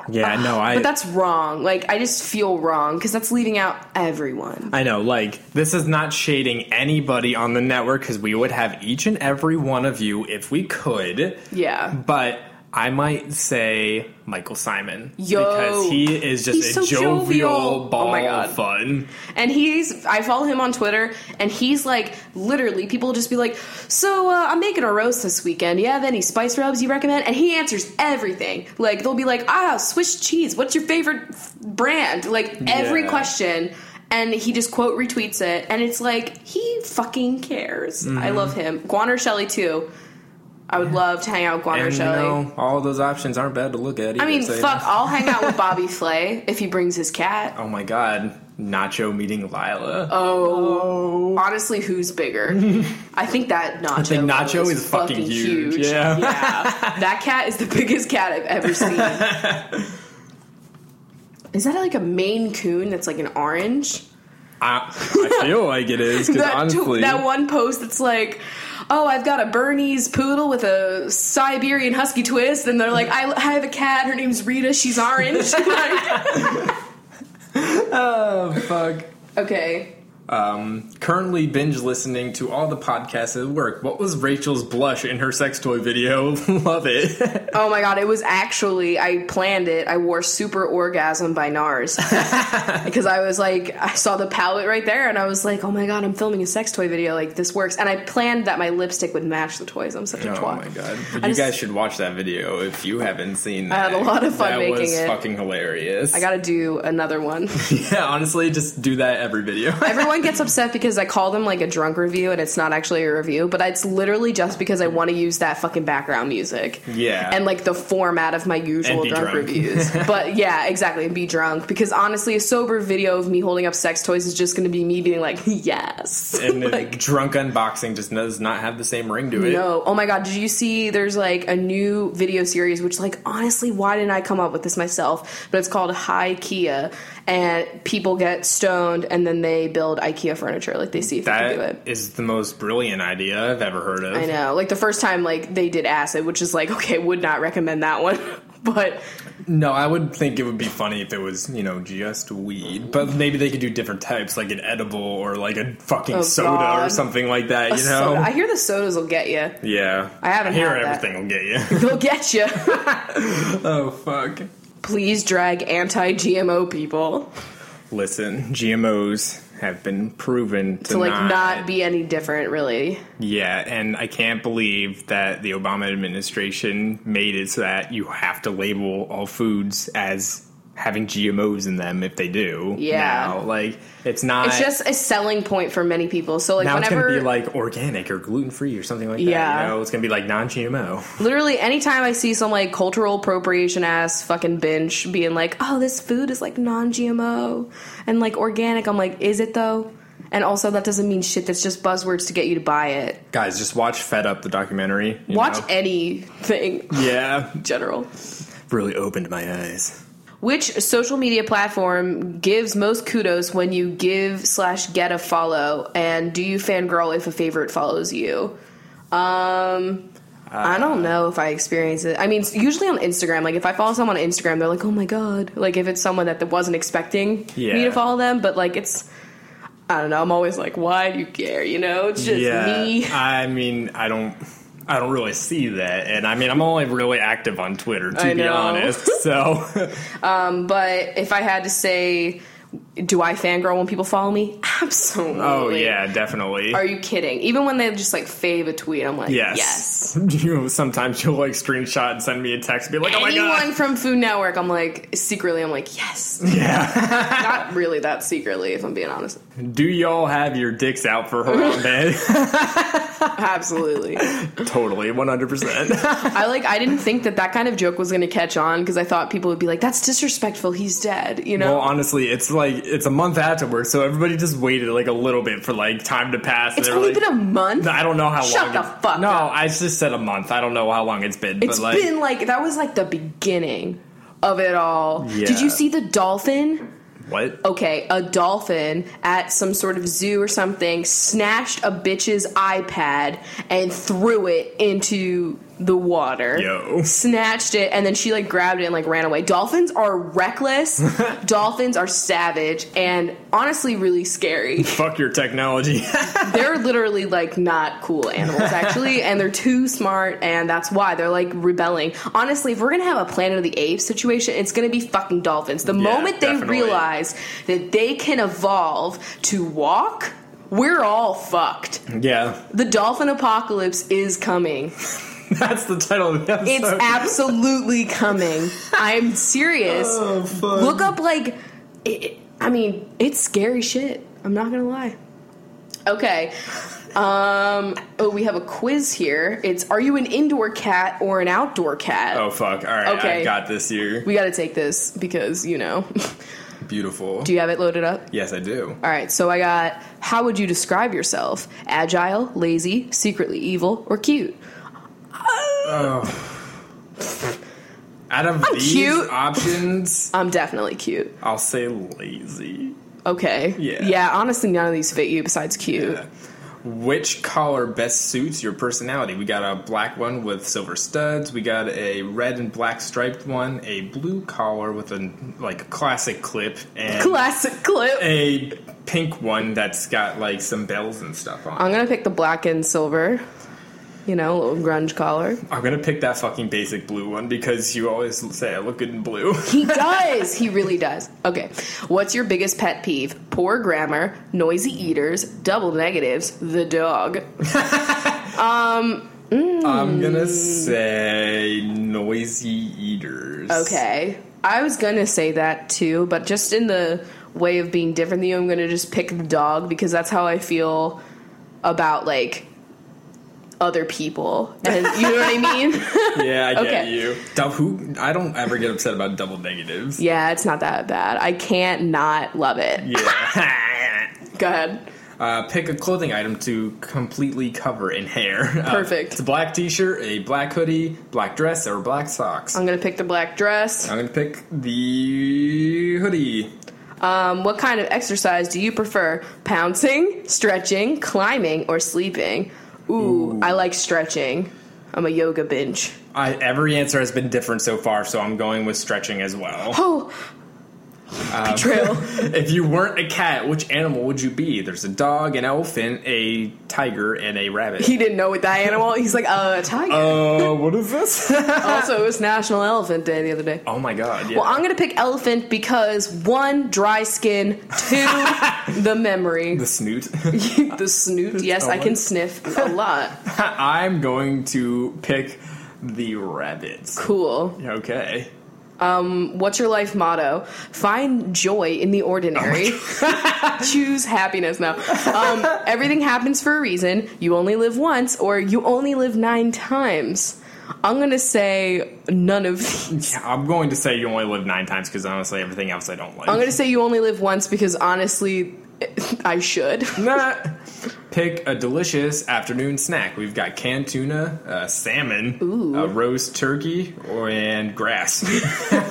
C: Yeah, no, I.
B: But that's wrong. Like, I just feel wrong because that's leaving out everyone.
C: I know, like, this is not shading anybody on the network because we would have each and every one of you if we could.
B: Yeah.
C: But I might say Michael Simon.
B: Yo.
C: Because he is just
B: He's
C: a
B: so
C: jovial,
B: jovial.
C: ball
B: Oh my God.
C: of fun.
B: And he's, I follow him on Twitter, and he's like, literally, people will just be like, So, uh, I'm making a roast this weekend. Yeah, have any spice rubs you recommend? And he answers everything. Like, they'll be like, Ah, Swiss cheese. What's your favorite f- brand? Like, every
C: Yeah.
B: question. And he just quote retweets it. And it's like, He fucking cares. I
C: Mm-hmm.
B: love him. Guaner Shelley, too. I would love to hang out with Guaner
C: And, you
B: Shelley.
C: know, all those options aren't bad to look at either.
B: I mean,
C: so, you
B: fuck,
C: know.
B: I'll hang out with Bobby Flay if he brings his cat.
C: Oh my god, Nacho meeting Lila.
B: Oh. Honestly, who's
C: [LAUGHS]
B: bigger? I think that Nacho. I
C: think Nacho is fucking huge. Yeah.
B: That cat is the biggest cat I've ever seen.
C: [LAUGHS]
B: is that like a Maine Coon that's like an orange?
C: I, I feel like it is because
B: [LAUGHS] that, tw-
C: honestly,
B: that one post that's like, oh, I've got a Bernese poodle with a Siberian husky twist, and they're like, I, I have a cat. Her name's Rita. She's orange. [LAUGHS] Like,
C: oh fuck.
B: okay.
C: Um, currently binge listening to all the podcasts at work. What was Rachel's blush in her sex toy video? [LAUGHS] Love it.
B: Oh my god, it was actually I planned it. I wore Super Orgasm by
C: [LAUGHS]
B: NARS because I was like I saw the palette right there and I was like, "Oh my god, I'm filming a sex toy video. Like this works." And I planned that my lipstick would match the toys. I'm such a
C: oh
B: twat.
C: my god! But
B: I
C: you
B: just-
C: guys should watch that video if you haven't seen.
B: I
C: That.
B: had a lot of fun
C: That
B: making
C: was
B: it.
C: fucking hilarious.
B: I got to do another one.
C: [LAUGHS] yeah, honestly, just do that every video. [LAUGHS]
B: Everyone gets upset because I call them like a drunk review and it's not actually a review, but it's literally just because I want to use that fucking background music.
C: Yeah.
B: And like the format of my
C: And
B: usual
C: be
B: drunk,
C: drunk.
B: reviews.
C: [LAUGHS]
B: but yeah, exactly. And be drunk because honestly, a sober video of me holding up sex toys is just going to be me being like, [LAUGHS] yes.
C: and the
B: like,
C: drunk unboxing just does not have the same ring to it.
B: no. Oh my god, did you see there's like a new video series which like honestly, why didn't I come up with this myself? But it's called High Kia and people get stoned and then they build IKEA furniture. Like they see if they can do it.
C: That is the most brilliant idea I've ever heard of.
B: I know. Like the first time, like they did acid, which is like okay, would not recommend that one. [LAUGHS] but
C: No, I would think it would be funny if it was, you know, just weed. But maybe they could do different types, like an edible or like a fucking
B: Oh,
C: soda or
B: God.
C: something like that, you know?
B: soda, I hear the sodas will get you.
C: yeah.
B: I haven't
C: Here,
B: had that.
C: everything will get you. [LAUGHS]
B: They'll get you.
C: oh, fuck.
B: Please drag anti-GMO people
C: Listen, GMOs have been proven to,
B: to like not be any different, really.
C: Yeah, and I can't believe that the Obama administration made it so that you have to label all foods as having GMOs in them if they do.
B: Yeah.
C: now. like it's not.
B: It's just a selling point for many people. So like
C: now
B: whenever,
C: it's gonna be like organic or gluten free or something like that.
B: Yeah.
C: you know? it's gonna be like non-GMO.
B: literally, anytime I see some like cultural appropriation ass fucking binge being like, oh, this food is like non-GMO and like organic, I'm like, is it though? And also, that doesn't mean shit. That's just buzzwords to get you to buy it.
C: Guys, just watch Fed Up the documentary. you
B: Watch
C: know?
B: anything
C: Yeah,
B: in general.
C: really opened my eyes.
B: Which social media platform gives most kudos when you give slash get a follow? And do you fangirl if a favorite follows you? Um, I
C: Uh.
B: don't know if I experience it. I mean, it's usually on Instagram, like if I follow someone on Instagram, they're like, oh my god. Like if it's someone that wasn't expecting me
C: Yeah.
B: to follow them, but like it's, I don't know, I'm always like, why do you care? You know, it's just
C: yeah,
B: me.
C: I mean, I don't. I don't really see that, and I mean, I'm only really active on Twitter, to
B: I
C: be
B: know.
C: honest. [LAUGHS] So,
B: [LAUGHS] But if I had to say, do I fangirl when people follow me? [LAUGHS] Absolutely.
C: Oh yeah, definitely.
B: Are you kidding? Even when they just like fave a tweet, I'm like, yes.
C: yes. [LAUGHS] You know, sometimes you'll like screenshot and send me a text, be like, "Oh my
B: Anyone
C: god." [LAUGHS]
B: from Food Network, I'm like, secretly, I'm like, yes.
C: Yeah.
B: Not really that secretly, if I'm being honest.
C: Do y'all have your dicks out
B: [LAUGHS]
C: for her on bed?
B: Absolutely.
C: [LAUGHS] totally, one hundred percent. [LAUGHS]
B: I like, I didn't think that that kind of joke was going to catch on because I thought people would be like, that's disrespectful. He's dead, you know?
C: Well, honestly, it's like it's a month afterwards, so everybody just waited like a little bit for like time to pass.
B: it's only been a month.
C: I don't know how
B: Shut
C: long.
B: the
C: it's-
B: fuck
C: No,
B: up.
C: I just said a month. I don't know how long it's been,
B: It's
C: but like
B: been like, that was like the beginning of it all. Did
C: Yeah.
B: you see the dolphin?
C: what?
B: okay, a dolphin at some sort of zoo or something snatched a bitch's iPad and threw it into the water.
C: Yo.
B: Snatched it and then she like grabbed it and like ran away. Dolphins are reckless. dolphins are savage and honestly really scary.
C: Fuck your
B: [LAUGHS]
C: technology. [LAUGHS]
B: They're literally like not cool animals actually and they're too smart and that's why they're like rebelling. Honestly, if we're going to have a Planet of the Apes situation, it's going to be fucking dolphins. The
C: Yeah,
B: moment they
C: definitely.
B: realize that they can evolve to walk, we're all fucked.
C: yeah, [LAUGHS]
B: The dolphin apocalypse is coming.
C: that's the title of the episode.
B: [LAUGHS] It's absolutely coming. I'm serious.
C: Oh, fuck.
B: Look up like, it, it- I mean, it's scary shit. I'm not gonna lie. Okay. Um. Oh, we have a quiz here. It's Are you an indoor cat or an outdoor cat?
C: Oh fuck! All right,
B: Okay.
C: I've got this here.
B: We got to take this because you know. [LAUGHS]
C: Beautiful.
B: Do you have it loaded up?
C: yes, I do.
B: All right. So I got. How would you describe yourself? Agile, lazy, secretly evil, or cute?
C: Oh. Out of these
B: cute.
C: options,
B: I'm definitely cute.
C: I'll say lazy.
B: Okay.
C: Yeah.
B: Yeah. Honestly, none of these fit you besides cute.
C: Which collar best suits your personality? We got a black one with silver studs. We got a red and black striped one, a blue collar with a like classic clip, and
B: Classic clip.
C: a pink one that's got like some bells and stuff on. it.
B: I'm gonna pick the black and silver. You know, little grunge collar.
C: I'm gonna pick that fucking basic blue one because you always say I look good in blue. [LAUGHS]
B: He does. he really does. Okay. What's your biggest pet peeve? Poor grammar, noisy eaters, double negatives, the dog. Hmm.
C: I'm gonna say noisy eaters. [LAUGHS]
B: Okay. I was gonna say that too, but just in the way of being different than you, I'm gonna just pick the dog because that's how I feel about like other people. And you know what I
C: [LAUGHS]
B: mean?
C: Yeah, I get
B: Okay.
C: you. Dou- who? I don't ever get upset about double
B: [LAUGHS]
C: negatives.
B: yeah, it's not that bad. I can't not love it.
C: Yeah. [LAUGHS]
B: Go ahead.
C: Uh, pick a clothing item to completely cover in hair. [LAUGHS] Uh,
B: Perfect.
C: it's a black t-shirt, a black hoodie, black dress, or black socks.
B: I'm gonna pick the black dress.
C: I'm gonna pick the hoodie.
B: Um, what kind of exercise do you prefer? Pouncing, stretching, climbing, or sleeping? Ooh, I like stretching. I'm a yoga binge.
C: I, every answer has been different so far, so I'm going with stretching as
B: [LAUGHS]
C: well.
B: Oh, [LAUGHS] betrayal.
C: if you weren't a cat, which animal would you be? There's a dog, an elephant, a tiger, and a rabbit.
B: he didn't know what that animal. He's like, uh, tiger.
C: Uh, what is this? [LAUGHS]
B: also, it was National Elephant Day the other day.
C: oh my god! Yeah.
B: Well, I'm gonna pick elephant because one, dry skin. [LAUGHS] Two, the memory. [LAUGHS]
C: the snoot. [LAUGHS]
B: the Oh snoot. Yes, I can
C: Someone-
B: sniff a lot.
C: I'm going to pick the rabbits.
B: Cool.
C: Okay.
B: What's your life motto? Find joy in the ordinary.
C: Oh
B: [LAUGHS] Choose happiness. Now, um, everything happens for a reason. You only live once, or you only live nine times. I'm gonna say none of these.
C: I'm going to say you only live nine times because honestly, everything else I don't like.
B: I'm gonna say you only live once because honestly, [LAUGHS] I
C: [LAUGHS]
B: should.
C: [LAUGHS] Nah. Pick a delicious afternoon snack. We've got canned tuna, uh, salmon, uh, roast turkey, or and
B: [LAUGHS]
C: grass.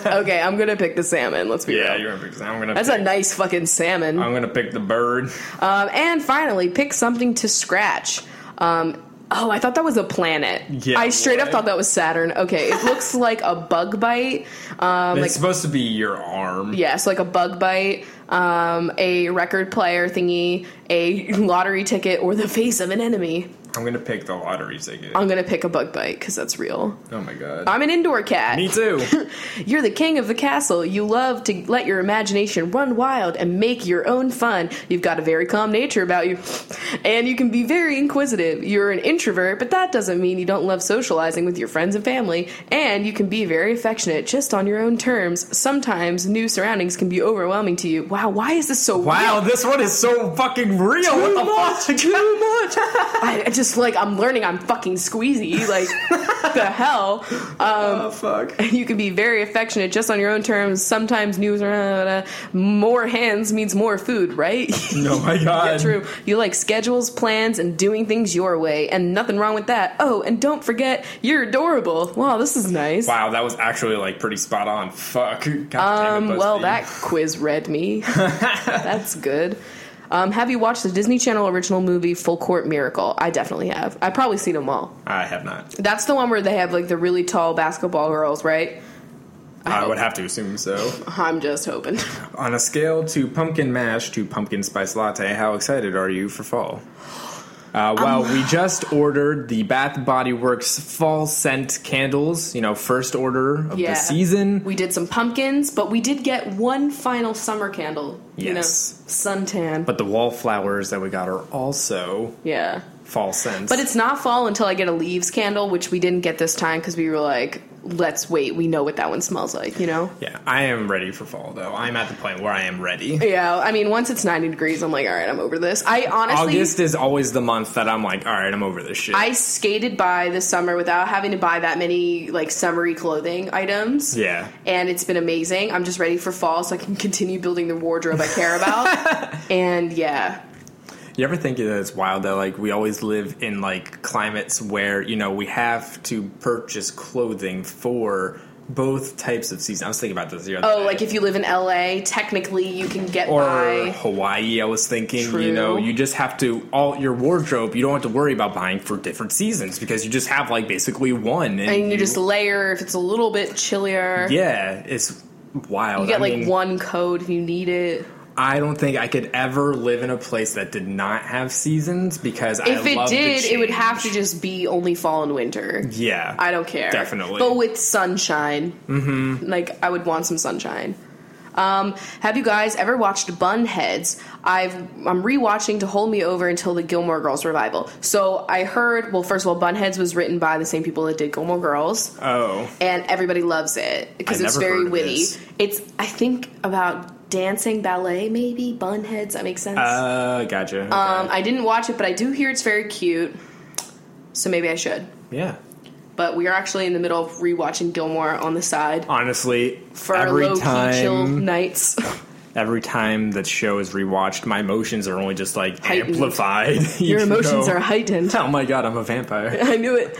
B: Okay, I'm gonna pick the salmon. Let's be
C: yeah,
B: real.
C: you're gonna pick. I'm gonna.
B: That's
C: pick,
B: a nice fucking salmon.
C: I'm gonna pick the bird.
B: Um, and finally, pick something to scratch. Um, oh, I thought that was a planet.
C: Yeah,
B: I straight up
C: why?
B: thought that was Saturn. Okay, it
C: [LAUGHS]
B: looks like a bug bite. Um,
C: it's
B: like
C: supposed to be your arm.
B: yes, like a bug bite, um, a record player thingy, a lottery ticket, or the face of an enemy.
C: I'm gonna pick the lottery ticket.
B: I'm gonna pick a bug bite because that's real.
C: oh my god.
B: I'm an indoor cat. [LAUGHS]
C: Me too.
B: You're the king of the castle. You love to let your imagination run wild and make your own fun. You've got a very calm nature about you, and you can be very inquisitive. You're an introvert, but that doesn't mean you don't love socializing with your friends and family, and you can be very affectionate just on your own terms. Sometimes new surroundings can be overwhelming to you. Wow, why is this so
C: Wow,
B: weird?
C: this one is so fucking real. what the fuck?
B: too much. I I just like I'm learning. I'm fucking squeezy. Like [LAUGHS] the hell.
C: [LAUGHS] Oh fuck.
B: [LAUGHS] You can be very affectionate just on your own terms. Sometimes news, uh, more hands means more food, right? [LAUGHS]
C: Oh my god.
B: Yeah, True. You like schedules, plans, and doing things your way, and nothing wrong with that. Oh, and don't forget, you're adorable. Wow, this is nice.
C: Wow, that was actually like pretty spot on. Fuck. God
B: Um,
C: damn it,
B: well,
C: BuzzFeed.
B: that quiz read me. That's good. Um, have you watched the Disney Channel original movie Full Court Miracle? I definitely have. I've probably seen them all.
C: I have not.
B: That's the one where they have like the really tall basketball girls, right?
C: I would have to assume so.
B: I'm just hoping.
C: On a scale to pumpkin mash to pumpkin spice latte, how excited are you for fall?
B: Um,
C: Uh, well, we just ordered the Bath and Body Works fall scent candles. You know, first order of
B: Yeah.
C: the season.
B: We did some pumpkins, but we did get one final summer candle. You know,
C: Yes.
B: suntan.
C: But the wallflowers that we got are also
B: yeah.
C: fall scents.
B: But it's not fall until I get a leaves candle, which we didn't get this time because we were like, let's wait. We know what that one smells like, you know?
C: yeah, I am ready for fall though. I'm at the point where I am ready.
B: Yeah. I mean, once it's 90 degrees, I'm like, all right, I'm over this. I honestly.
C: August is always the month that I'm like, all right, I'm over this shit.
B: I skated by this summer without having to buy that many like summery clothing items.
C: Yeah.
B: And it's been amazing. I'm just ready for fall so I can [LAUGHS] continue building the wardrobe I care
C: [LAUGHS]
B: about. and yeah.
C: You ever think that it's wild that like we always live in like climates where you know we have to purchase clothing for both types of season. I was thinking about this the other
B: Oh,
C: day.
B: like if you live in LA, technically you can get
C: or
B: by.
C: Hawaii. I was thinking,
B: True.
C: you know, you just have to all your wardrobe. You don't have to worry about buying for different seasons because you just have like basically one, and,
B: And you just layer if it's a little bit chillier.
C: yeah, it's wild.
B: You get
C: I
B: like
C: mean,
B: one coat if you need it.
C: I don't think I could ever live in a place that did not have seasons because
B: If
C: I
B: it
C: love the
B: did, it would have to
C: change.
B: just be only fall and winter.
C: yeah.
B: I don't care.
C: Definitely.
B: But with sunshine. Mm-hmm. Like, I would want some sunshine. Um, have you guys ever watched Bunheads? I've I'm rewatching to hold me over until the Gilmore Girls revival. So I heard, well, first of all, Bunheads was written by the same people that did Gilmore Girls,
C: oh,
B: and everybody loves it because
C: I
B: it's
C: never
B: very
C: heard of
B: witty.
C: this.
B: It's I think about dancing ballet, maybe Bunheads. That makes sense.
C: uh, gotcha. Okay.
B: Um, I didn't watch it, but I do hear it's very cute. So maybe I should.
C: yeah.
B: But we are actually in the middle of rewatching Gilmore on the side
C: Honestly,
B: for our
C: every
B: low
C: time
B: key chill
C: [LAUGHS]
B: nights.
C: every time that show is rewatched, my emotions are only just like
B: Heightened.
C: amplified. [LAUGHS] you
B: Your emotions
C: know?
B: are
C: [LAUGHS]
B: heightened. [LAUGHS]
C: Oh my god, I'm a vampire.
B: I knew it.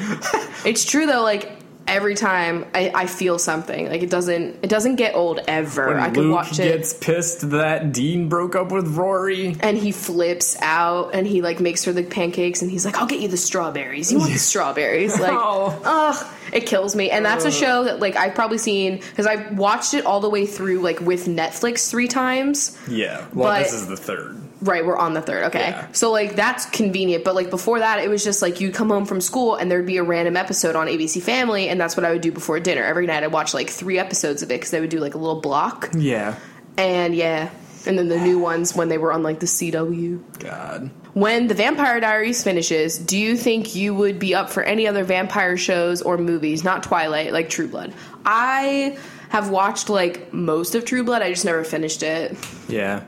B: it's true though. Like every time I, I feel something, like it doesn't it doesn't get old ever. [LAUGHS]
C: When
B: I could
C: Luke
B: watch it.
C: gets pissed that Dean broke up with Rory.
B: and he flips out and he like makes her the pancakes and he's like i'll get you the strawberries you want the strawberries like
C: [LAUGHS]
B: uh,
C: Oh.
B: ugh it kills me and that's a show that like i've probably seen because i've watched it all the way through like with netflix three times
C: Yeah. Well,
B: But-
C: this is the third.
B: right we're on the third okay
C: Yeah.
B: so like that's convenient but like before that it was just like you'd come home from school and there'd be a random episode on abc family and that's what i would do before dinner every night i'd watch like three episodes of it because they would do like a little block
C: Yeah.
B: and yeah and then the new ones when they were on like the cw
C: God.
B: When The Vampire Diaries finishes, do you think you would be up for any other vampire shows or movies? Not Twilight, like True Blood. I have watched like most of True Blood. I just never finished it.
C: Yeah.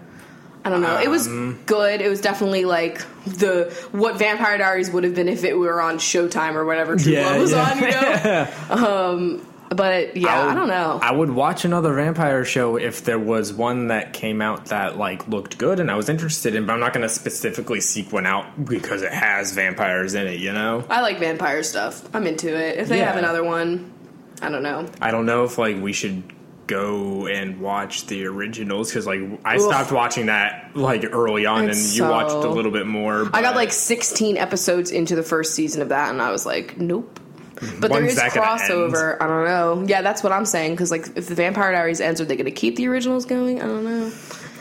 B: I don't know. it was
C: Um.
B: good. It was definitely like the what Vampire Diaries would have been if it were on Showtime or whatever True
C: Yeah,
B: Blood was
C: [LAUGHS] yeah.
B: on. You know. um, but yeah, I,
C: would-
B: don't know.
C: I would watch another vampire show if there was one that came out that like looked good and I was interested in, but I'm not going to specifically seek one out because it has vampires in it, you know?
B: I like vampire stuff. I'm into it. If they
C: Yeah.
B: have another one, I don't know.
C: I don't know if like we should go and watch the originals because like I
B: Oof.
C: stopped watching that like early on and
B: It's
C: you watched
B: so-
C: a little bit more.
B: I got
C: but
B: like 16 episodes into the first season of that, and I was like, nope. But there
C: When's
B: is
C: that gonna end?
B: crossover. I don't know. Yeah, that's what I'm saying. Because like, if the Vampire Diaries ends, are they going to keep the originals going? I don't know.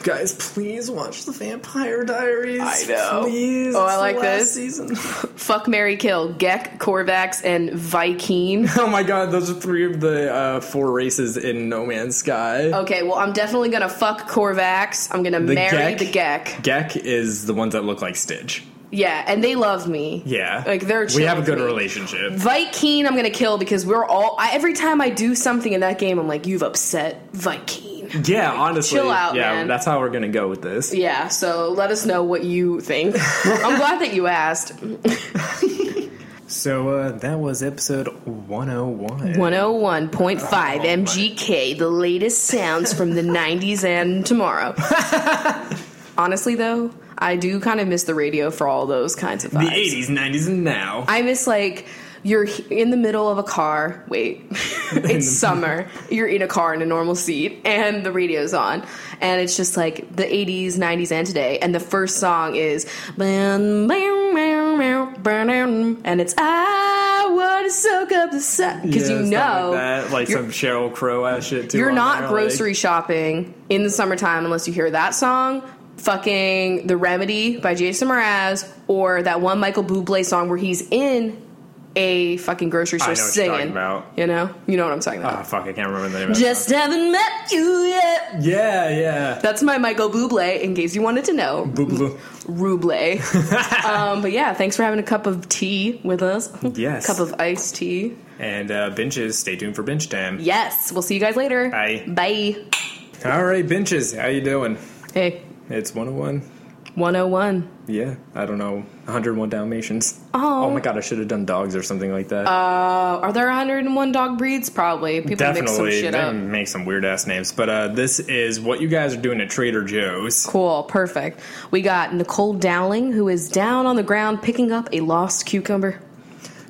C: guys, please watch the Vampire Diaries.
B: I know.
C: Please.
B: Oh, I
C: It's the
B: like
C: last
B: this.
C: season.
B: Fuck Mary Kill, Gek, Korvax, and Viking.
C: [LAUGHS]
B: [LAUGHS]
C: oh my god, those are three of the uh, four races in No Man's Sky.
B: Okay, well, I'm definitely gonna fuck Korvax. I'm gonna marry
C: Gek.
B: the Gek.
C: Gek is the ones that look like Stitch.
B: Yeah, and they love me.
C: Yeah,
B: like they're
C: we
B: chill
C: have a
B: with
C: good
B: me.
C: relationship.
B: Viking, I'm gonna kill because we're all. I, every time I do something in that game, I'm like, you've upset Viking.
C: Yeah, honestly,
B: chill out,
C: yeah,
B: man.
C: that's how we're gonna go with this.
B: Yeah, so let us know what you [LAUGHS] think. I'm glad that you asked.
C: So uh, that was episode one hundred and one.
B: 101.5 MGK, the latest sounds from the 90s and [LAUGHS] tomorrow. Honestly, though, I do kind of miss the radio for all those kinds of
C: The
B: vibes.
C: eighties, nineties, and now.
B: I miss, like, you're h- in the middle of a car. Wait, [LAUGHS] it's summer. [LAUGHS] You're in a car in a normal seat, and the radio's on. And it's just like the 80s, 90s, and today. And the first song is. And it's I want to soak up the sun. Because
C: Yeah,
B: you
C: stuff
B: know.
C: like, that, like
B: you're-
C: some Cheryl Crow ass shit too.
B: You're
C: on
B: not
C: there,
B: grocery
C: Like,
B: shopping in the summertime unless you hear that song, fucking The Remedy by Jason Mraz, or that one Michael Bublé song where he's in a fucking grocery store
C: know what you're
B: singing.
C: talking about.
B: You know, you know what I'm talking about.
C: oh fuck, I can't remember the name. of that
B: Just haven't met you yet.
C: song. yeah, yeah.
B: That's my Michael Bublé, in case you wanted to know.
C: Boop, boop. [LAUGHS]
B: Ruble. um, but yeah, thanks for having a cup of tea with us.
C: Yes.
B: cup of iced tea.
C: And uh, benches. Stay tuned for bench time.
B: Yes. We'll see you guys later.
C: Bye.
B: Bye.
C: All right, benches. How you doing?
B: Hey,
C: It's one hundred and one.
B: 101.
C: Yeah, I don't know. 101 Dalmatians.
B: Oh.
C: Oh my god, I should have done dogs or something like that.
B: Are there 101 dog breeds? Probably. People mix some
C: Definitely.
B: shit
C: they
B: up.
C: make some weird ass names. But uh, this is what you guys are doing at Trader Joe's.
B: Cool, perfect. We got Nicole Dowling, who is down on the ground picking up a lost cucumber.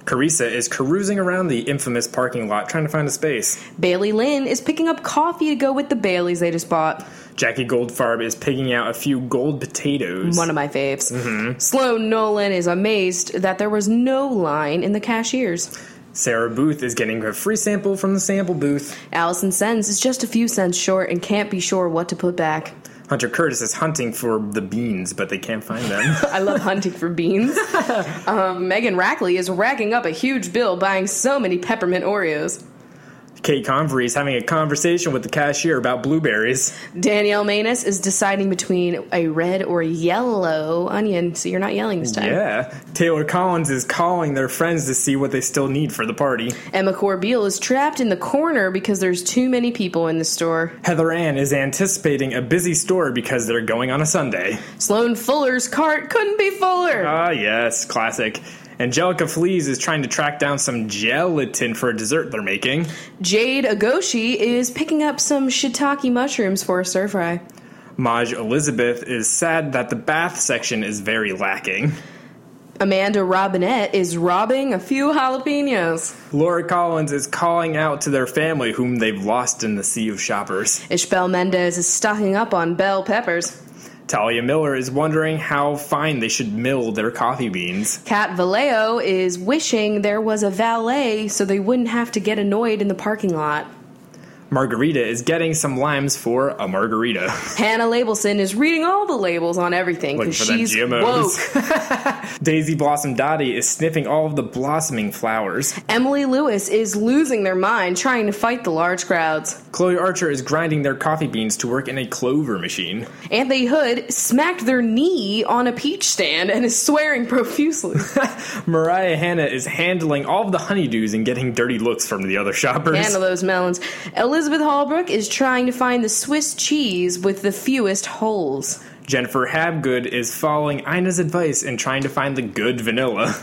C: Carissa is carousing around the infamous parking lot trying to find a space.
B: Bailey Lynn is picking up coffee to go with the Baileys they just bought.
C: Jackie Goldfarb is picking out a few gold potatoes.
B: One of my faves. Sloan Nolan is amazed that there was no line in the cashiers.
C: Sarah Booth is getting a free sample from the sample booth.
B: Allison Sens is just a few cents short and can't be sure what to put back.
C: Hunter Curtis is hunting for the beans, but they can't find them.
B: [LAUGHS] I love hunting for beans. um, Megan Rackley is racking up a huge bill buying so many peppermint Oreos.
C: Kate Convery is having a conversation with the cashier about blueberries.
B: Danielle Manus is deciding between a red or yellow onion, so you're not yelling this time.
C: Yeah. Taylor Collins is calling their friends to see what they still need for the party.
B: Emma Corbeil is trapped in the corner because there's too many people in the store.
C: Heather Ann is anticipating a busy store because they're going on a Sunday.
B: Sloan Fuller's cart couldn't be fuller.
C: Ah, yes, classic. Angelica Fleas is trying to track down some gelatin for a dessert they're making.
B: Jade Agoshi is picking up some shiitake mushrooms for a stir fry.
C: Maj Elizabeth is sad that the bath section is very lacking.
B: Amanda Robinette is robbing a few jalapenos.
C: Laura Collins is calling out to their family, whom they've lost in the sea of shoppers.
B: Ishbel Mendez is stocking up on bell peppers.
C: Talia Miller is wondering how fine they should mill their coffee beans.
B: Kat Vallejo is wishing there was a valet so they wouldn't have to get annoyed in the parking lot.
C: Margarita is getting some limes for a margarita. [LAUGHS]
B: Hannah Labelson is reading all the labels on everything
C: Looking
B: because
C: for them
B: she's
C: GMOs.
B: woke.
C: [LAUGHS] Daisy Blossom Dottie is sniffing all of the blossoming flowers.
B: Emily Lewis is losing their mind trying to fight the large crowds.
C: Chloe Archer is grinding their coffee beans to work in a clover machine.
B: Anthony Hood smacked their knee on a peach stand and is swearing [LAUGHS] profusely.
C: Mariah Hanna is handling all of the honeydews and getting dirty looks from the other shoppers.
B: Handle those melons. Elizabeth Hallbrook is trying to find the Swiss cheese with the fewest holes.
C: Jennifer Habgood is following Ina's advice and trying to find the good vanilla.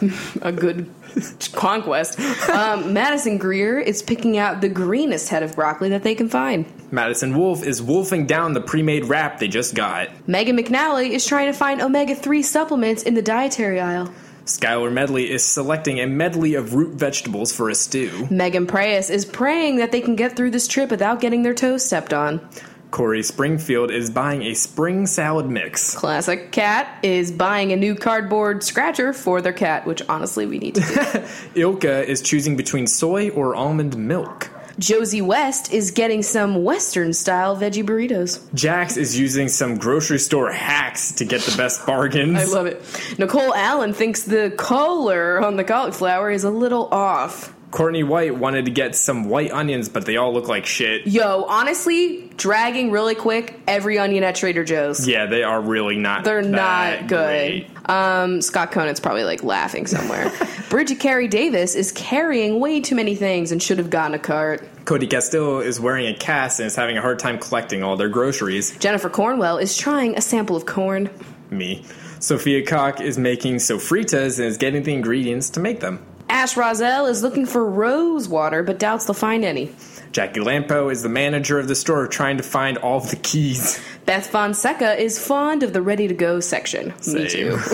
B: A good [LAUGHS] conquest. Um, Madison Greer is picking out the greenest head of broccoli that they can find.
C: Madison Wolf is wolfing down the pre-made wrap they just got.
B: Megan McNally is trying to find omega 3 supplements in the dietary aisle.
C: Skylar Medley is selecting a medley of root vegetables for a stew.
B: Megan Preyas is praying that they can get through this trip without getting their toes stepped on.
C: Corey Springfield is buying a spring salad mix.
B: Classic Cat is buying a new cardboard scratcher for their cat, which honestly we need to do.
C: Ilka is choosing between soy or almond milk.
B: Josie West is getting some Western style veggie burritos.
C: Jax is using some grocery store hacks to get the best bargains.
B: I love it. Nicole Allen thinks the color on the cauliflower is a little off.
C: Courtney White wanted to get some white onions, but they all look like shit.
B: Yo, honestly, dragging really quick every onion at Trader Joe's.
C: Yeah, they are really not.
B: They're
C: that
B: not good.
C: great.
B: Um, Scott Conant's probably like laughing somewhere. Bridget Carey Davis is carrying way too many things and should have gotten a cart.
C: Cody Castillo is wearing a cast and is having a hard time collecting all their groceries.
B: Jennifer Cornwell is trying a sample of corn.
C: Me. Sophia Koch is making sofritas and is getting the ingredients to make them.
B: Ash Roselle is looking for rose water but doubts they'll find any.
C: Jackie Lampo is the manager of the store trying to find all of the keys.
B: Beth Fonseca is fond of the ready to go section. Me too.
C: [LAUGHS]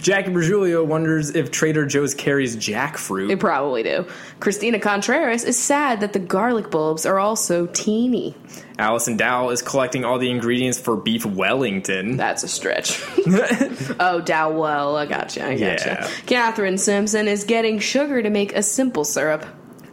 C: Jackie Bergiulio wonders if Trader Joe's carries jackfruit.
B: They probably do. Christina Contreras is sad that the garlic bulbs are also teeny.
C: Allison Dowell is collecting all the ingredients for beef Wellington.
B: That's a stretch. oh, Dowell, I gotcha, I gotcha.
C: Yeah.
B: Catherine Simpson is getting sugar to make a simple syrup.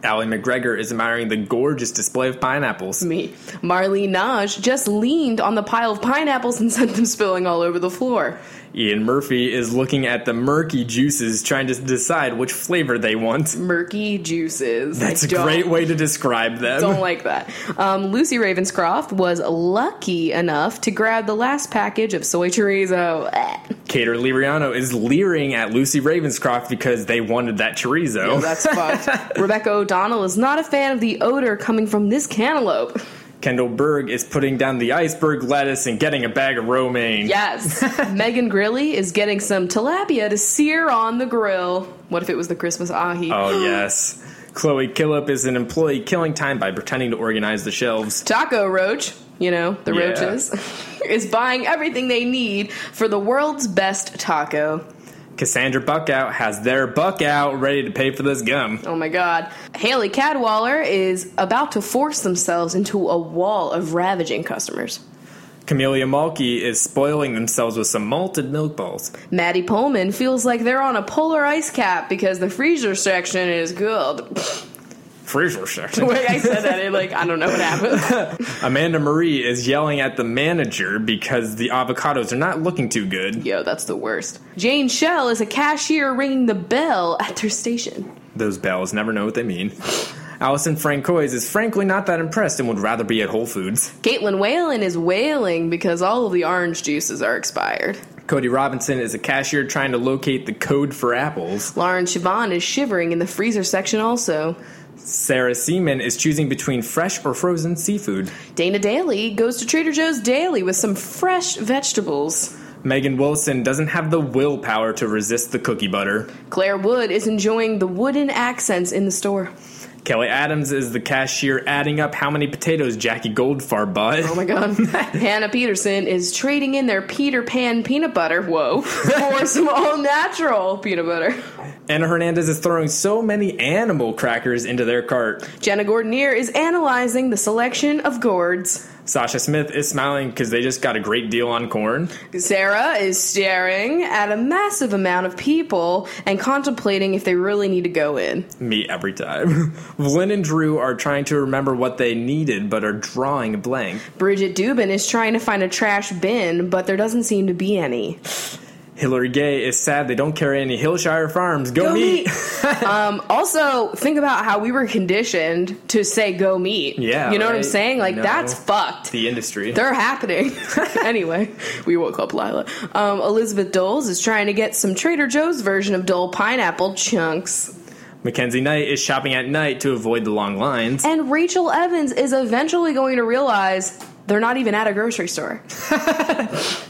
C: Allie McGregor is admiring the gorgeous display of pineapples.
B: Me. Marlene Naj just leaned on the pile of pineapples and sent them spilling all over the floor.
C: Ian Murphy is looking at the murky juices, trying to decide which flavor they want.
B: Murky juices. I
C: That's a
B: don't-
C: great way to describe
B: Don't
C: them.
B: like that. Um, Lucy Ravenscroft was lucky enough to grab the last package of soy chorizo. Eh.
C: Cater Liriano is leering at Lucy Ravenscroft because they wanted that chorizo.
B: Oh, that's
C: [LAUGHS]
B: fucked. Rebecca O'Donnell is not a fan of the odor coming from this cantaloupe.
C: Kendall Berg is putting down the iceberg lettuce and getting a bag of romaine. [LAUGHS]
B: Yes. Megan Grilly is getting some tilapia to sear on the grill. What if it was the Christmas ahi?
C: Oh, yes. Chloe Killip is an employee killing time by pretending to organize the
B: [GASPS]
C: shelves.
B: Taco Roach, you know, the
C: Yeah.
B: [LAUGHS] roaches, is buying everything they need for the world's best taco.
C: Cassandra Buckout has their buck out ready to pay for this gum.
B: Oh my god. Haley Cadwaller is about to force themselves into a wall of ravaging customers.
C: Camellia Mulkey is spoiling themselves with some malted milk balls.
B: Maddie Pullman feels like they're on a polar ice cap because the freezer section is good. [LAUGHS]
C: Freezer
B: the
C: section.
B: way I said that, it like I don't know what happened.
C: Amanda Marie is yelling at the manager because the avocados are not looking too good.
B: Yo, that's the worst. Jane Shell is a cashier ringing the bell at their station.
C: Those bells never know what they mean. Allison Francois is frankly not that impressed and would rather be at Whole Foods.
B: Caitlin Whalen is wailing because all of the orange juices are expired.
C: Cody Robinson is a cashier trying to locate the code for apples.
B: Lauren Chavon is shivering in the freezer section also.
C: Sarah Seaman is choosing between fresh or frozen seafood.
B: Dana Daly goes to Trader Joe's daily with some fresh vegetables.
C: Megan Wilson doesn't have the willpower to resist the cookie butter.
B: Claire Wood is enjoying the wooden accents in the store.
C: Kelly Adams is the cashier adding up how many potatoes Jackie Goldfarb bought.
B: Oh my god. Hannah Peterson is trading in their Peter Pan peanut butter, whoa, for some all natural peanut butter.
C: Anna Hernandez is throwing so many animal crackers into their cart.
B: Jenna Gordonier is analyzing the selection of gourds.
C: Sasha Smith is smiling because they just got a great deal on corn.
B: Sarah is staring at a massive amount of people and contemplating if they really need to go in.
C: Me every time. [LAUGHS] Vlyn and Drew are trying to remember what they needed but are drawing a blank.
B: Bridget Dubin is trying to find a trash bin, but there doesn't seem to be any.
C: Hillary Gay is sad they don't carry any Hillshire Farms. Go,
B: Go
C: meet!
B: um, also, think about how we were conditioned to say go meet.
C: Yeah,
B: You know what I'm
C: right?
B: saying? Like,
C: No.
B: that's fucked.
C: [LAUGHS] the industry.
B: They're happening. [LAUGHS] anyway, we woke up Lila. Um, Elizabeth Doles is trying to get some Trader Joe's version of Dole pineapple chunks.
C: Mackenzie Knight is shopping at night to avoid the long lines.
B: And Rachel Evans is eventually going to realize they're not even at a grocery store.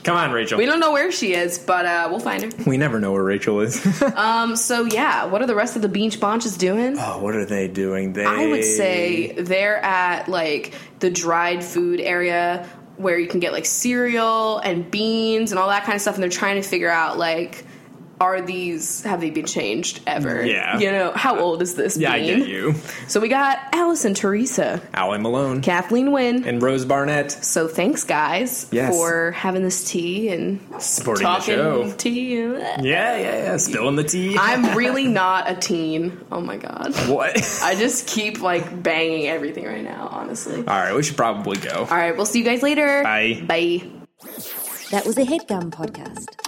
C: Come on, Rachel.
B: We
C: We,
B: don't know where she is, but uh, we'll find her.
C: never know where Rachel is. [LAUGHS]
B: Um, so, yeah, what are the rest of the Beach Bonches doing?
C: oh, what are they doing? They
B: I would say they're at like the dried food area where you can get like cereal and beans and all that kind of stuff, and they're trying to figure out like. Are these have they been changed ever?
C: Yeah.
B: You know, how old is this
C: Yeah,
B: bean?
C: I get you.
B: So we got Allison Teresa,
C: Allie Malone
B: Kathleen Wynn.
C: and Rose Barnett
B: so thanks guys
C: Yes.
B: for having this tea and
C: supporting the
B: talking
C: show.
B: tea.
C: Yeah, yeah, yeah. Spilling the tea.
B: I'm really [LAUGHS] not a teen. Oh my god.
C: what? [LAUGHS]
B: I just keep like banging everything right now, honestly.
C: All right, we should probably go.
B: All right, we'll see you guys later.
C: Bye.
B: Bye.
A: That was a headgum podcast.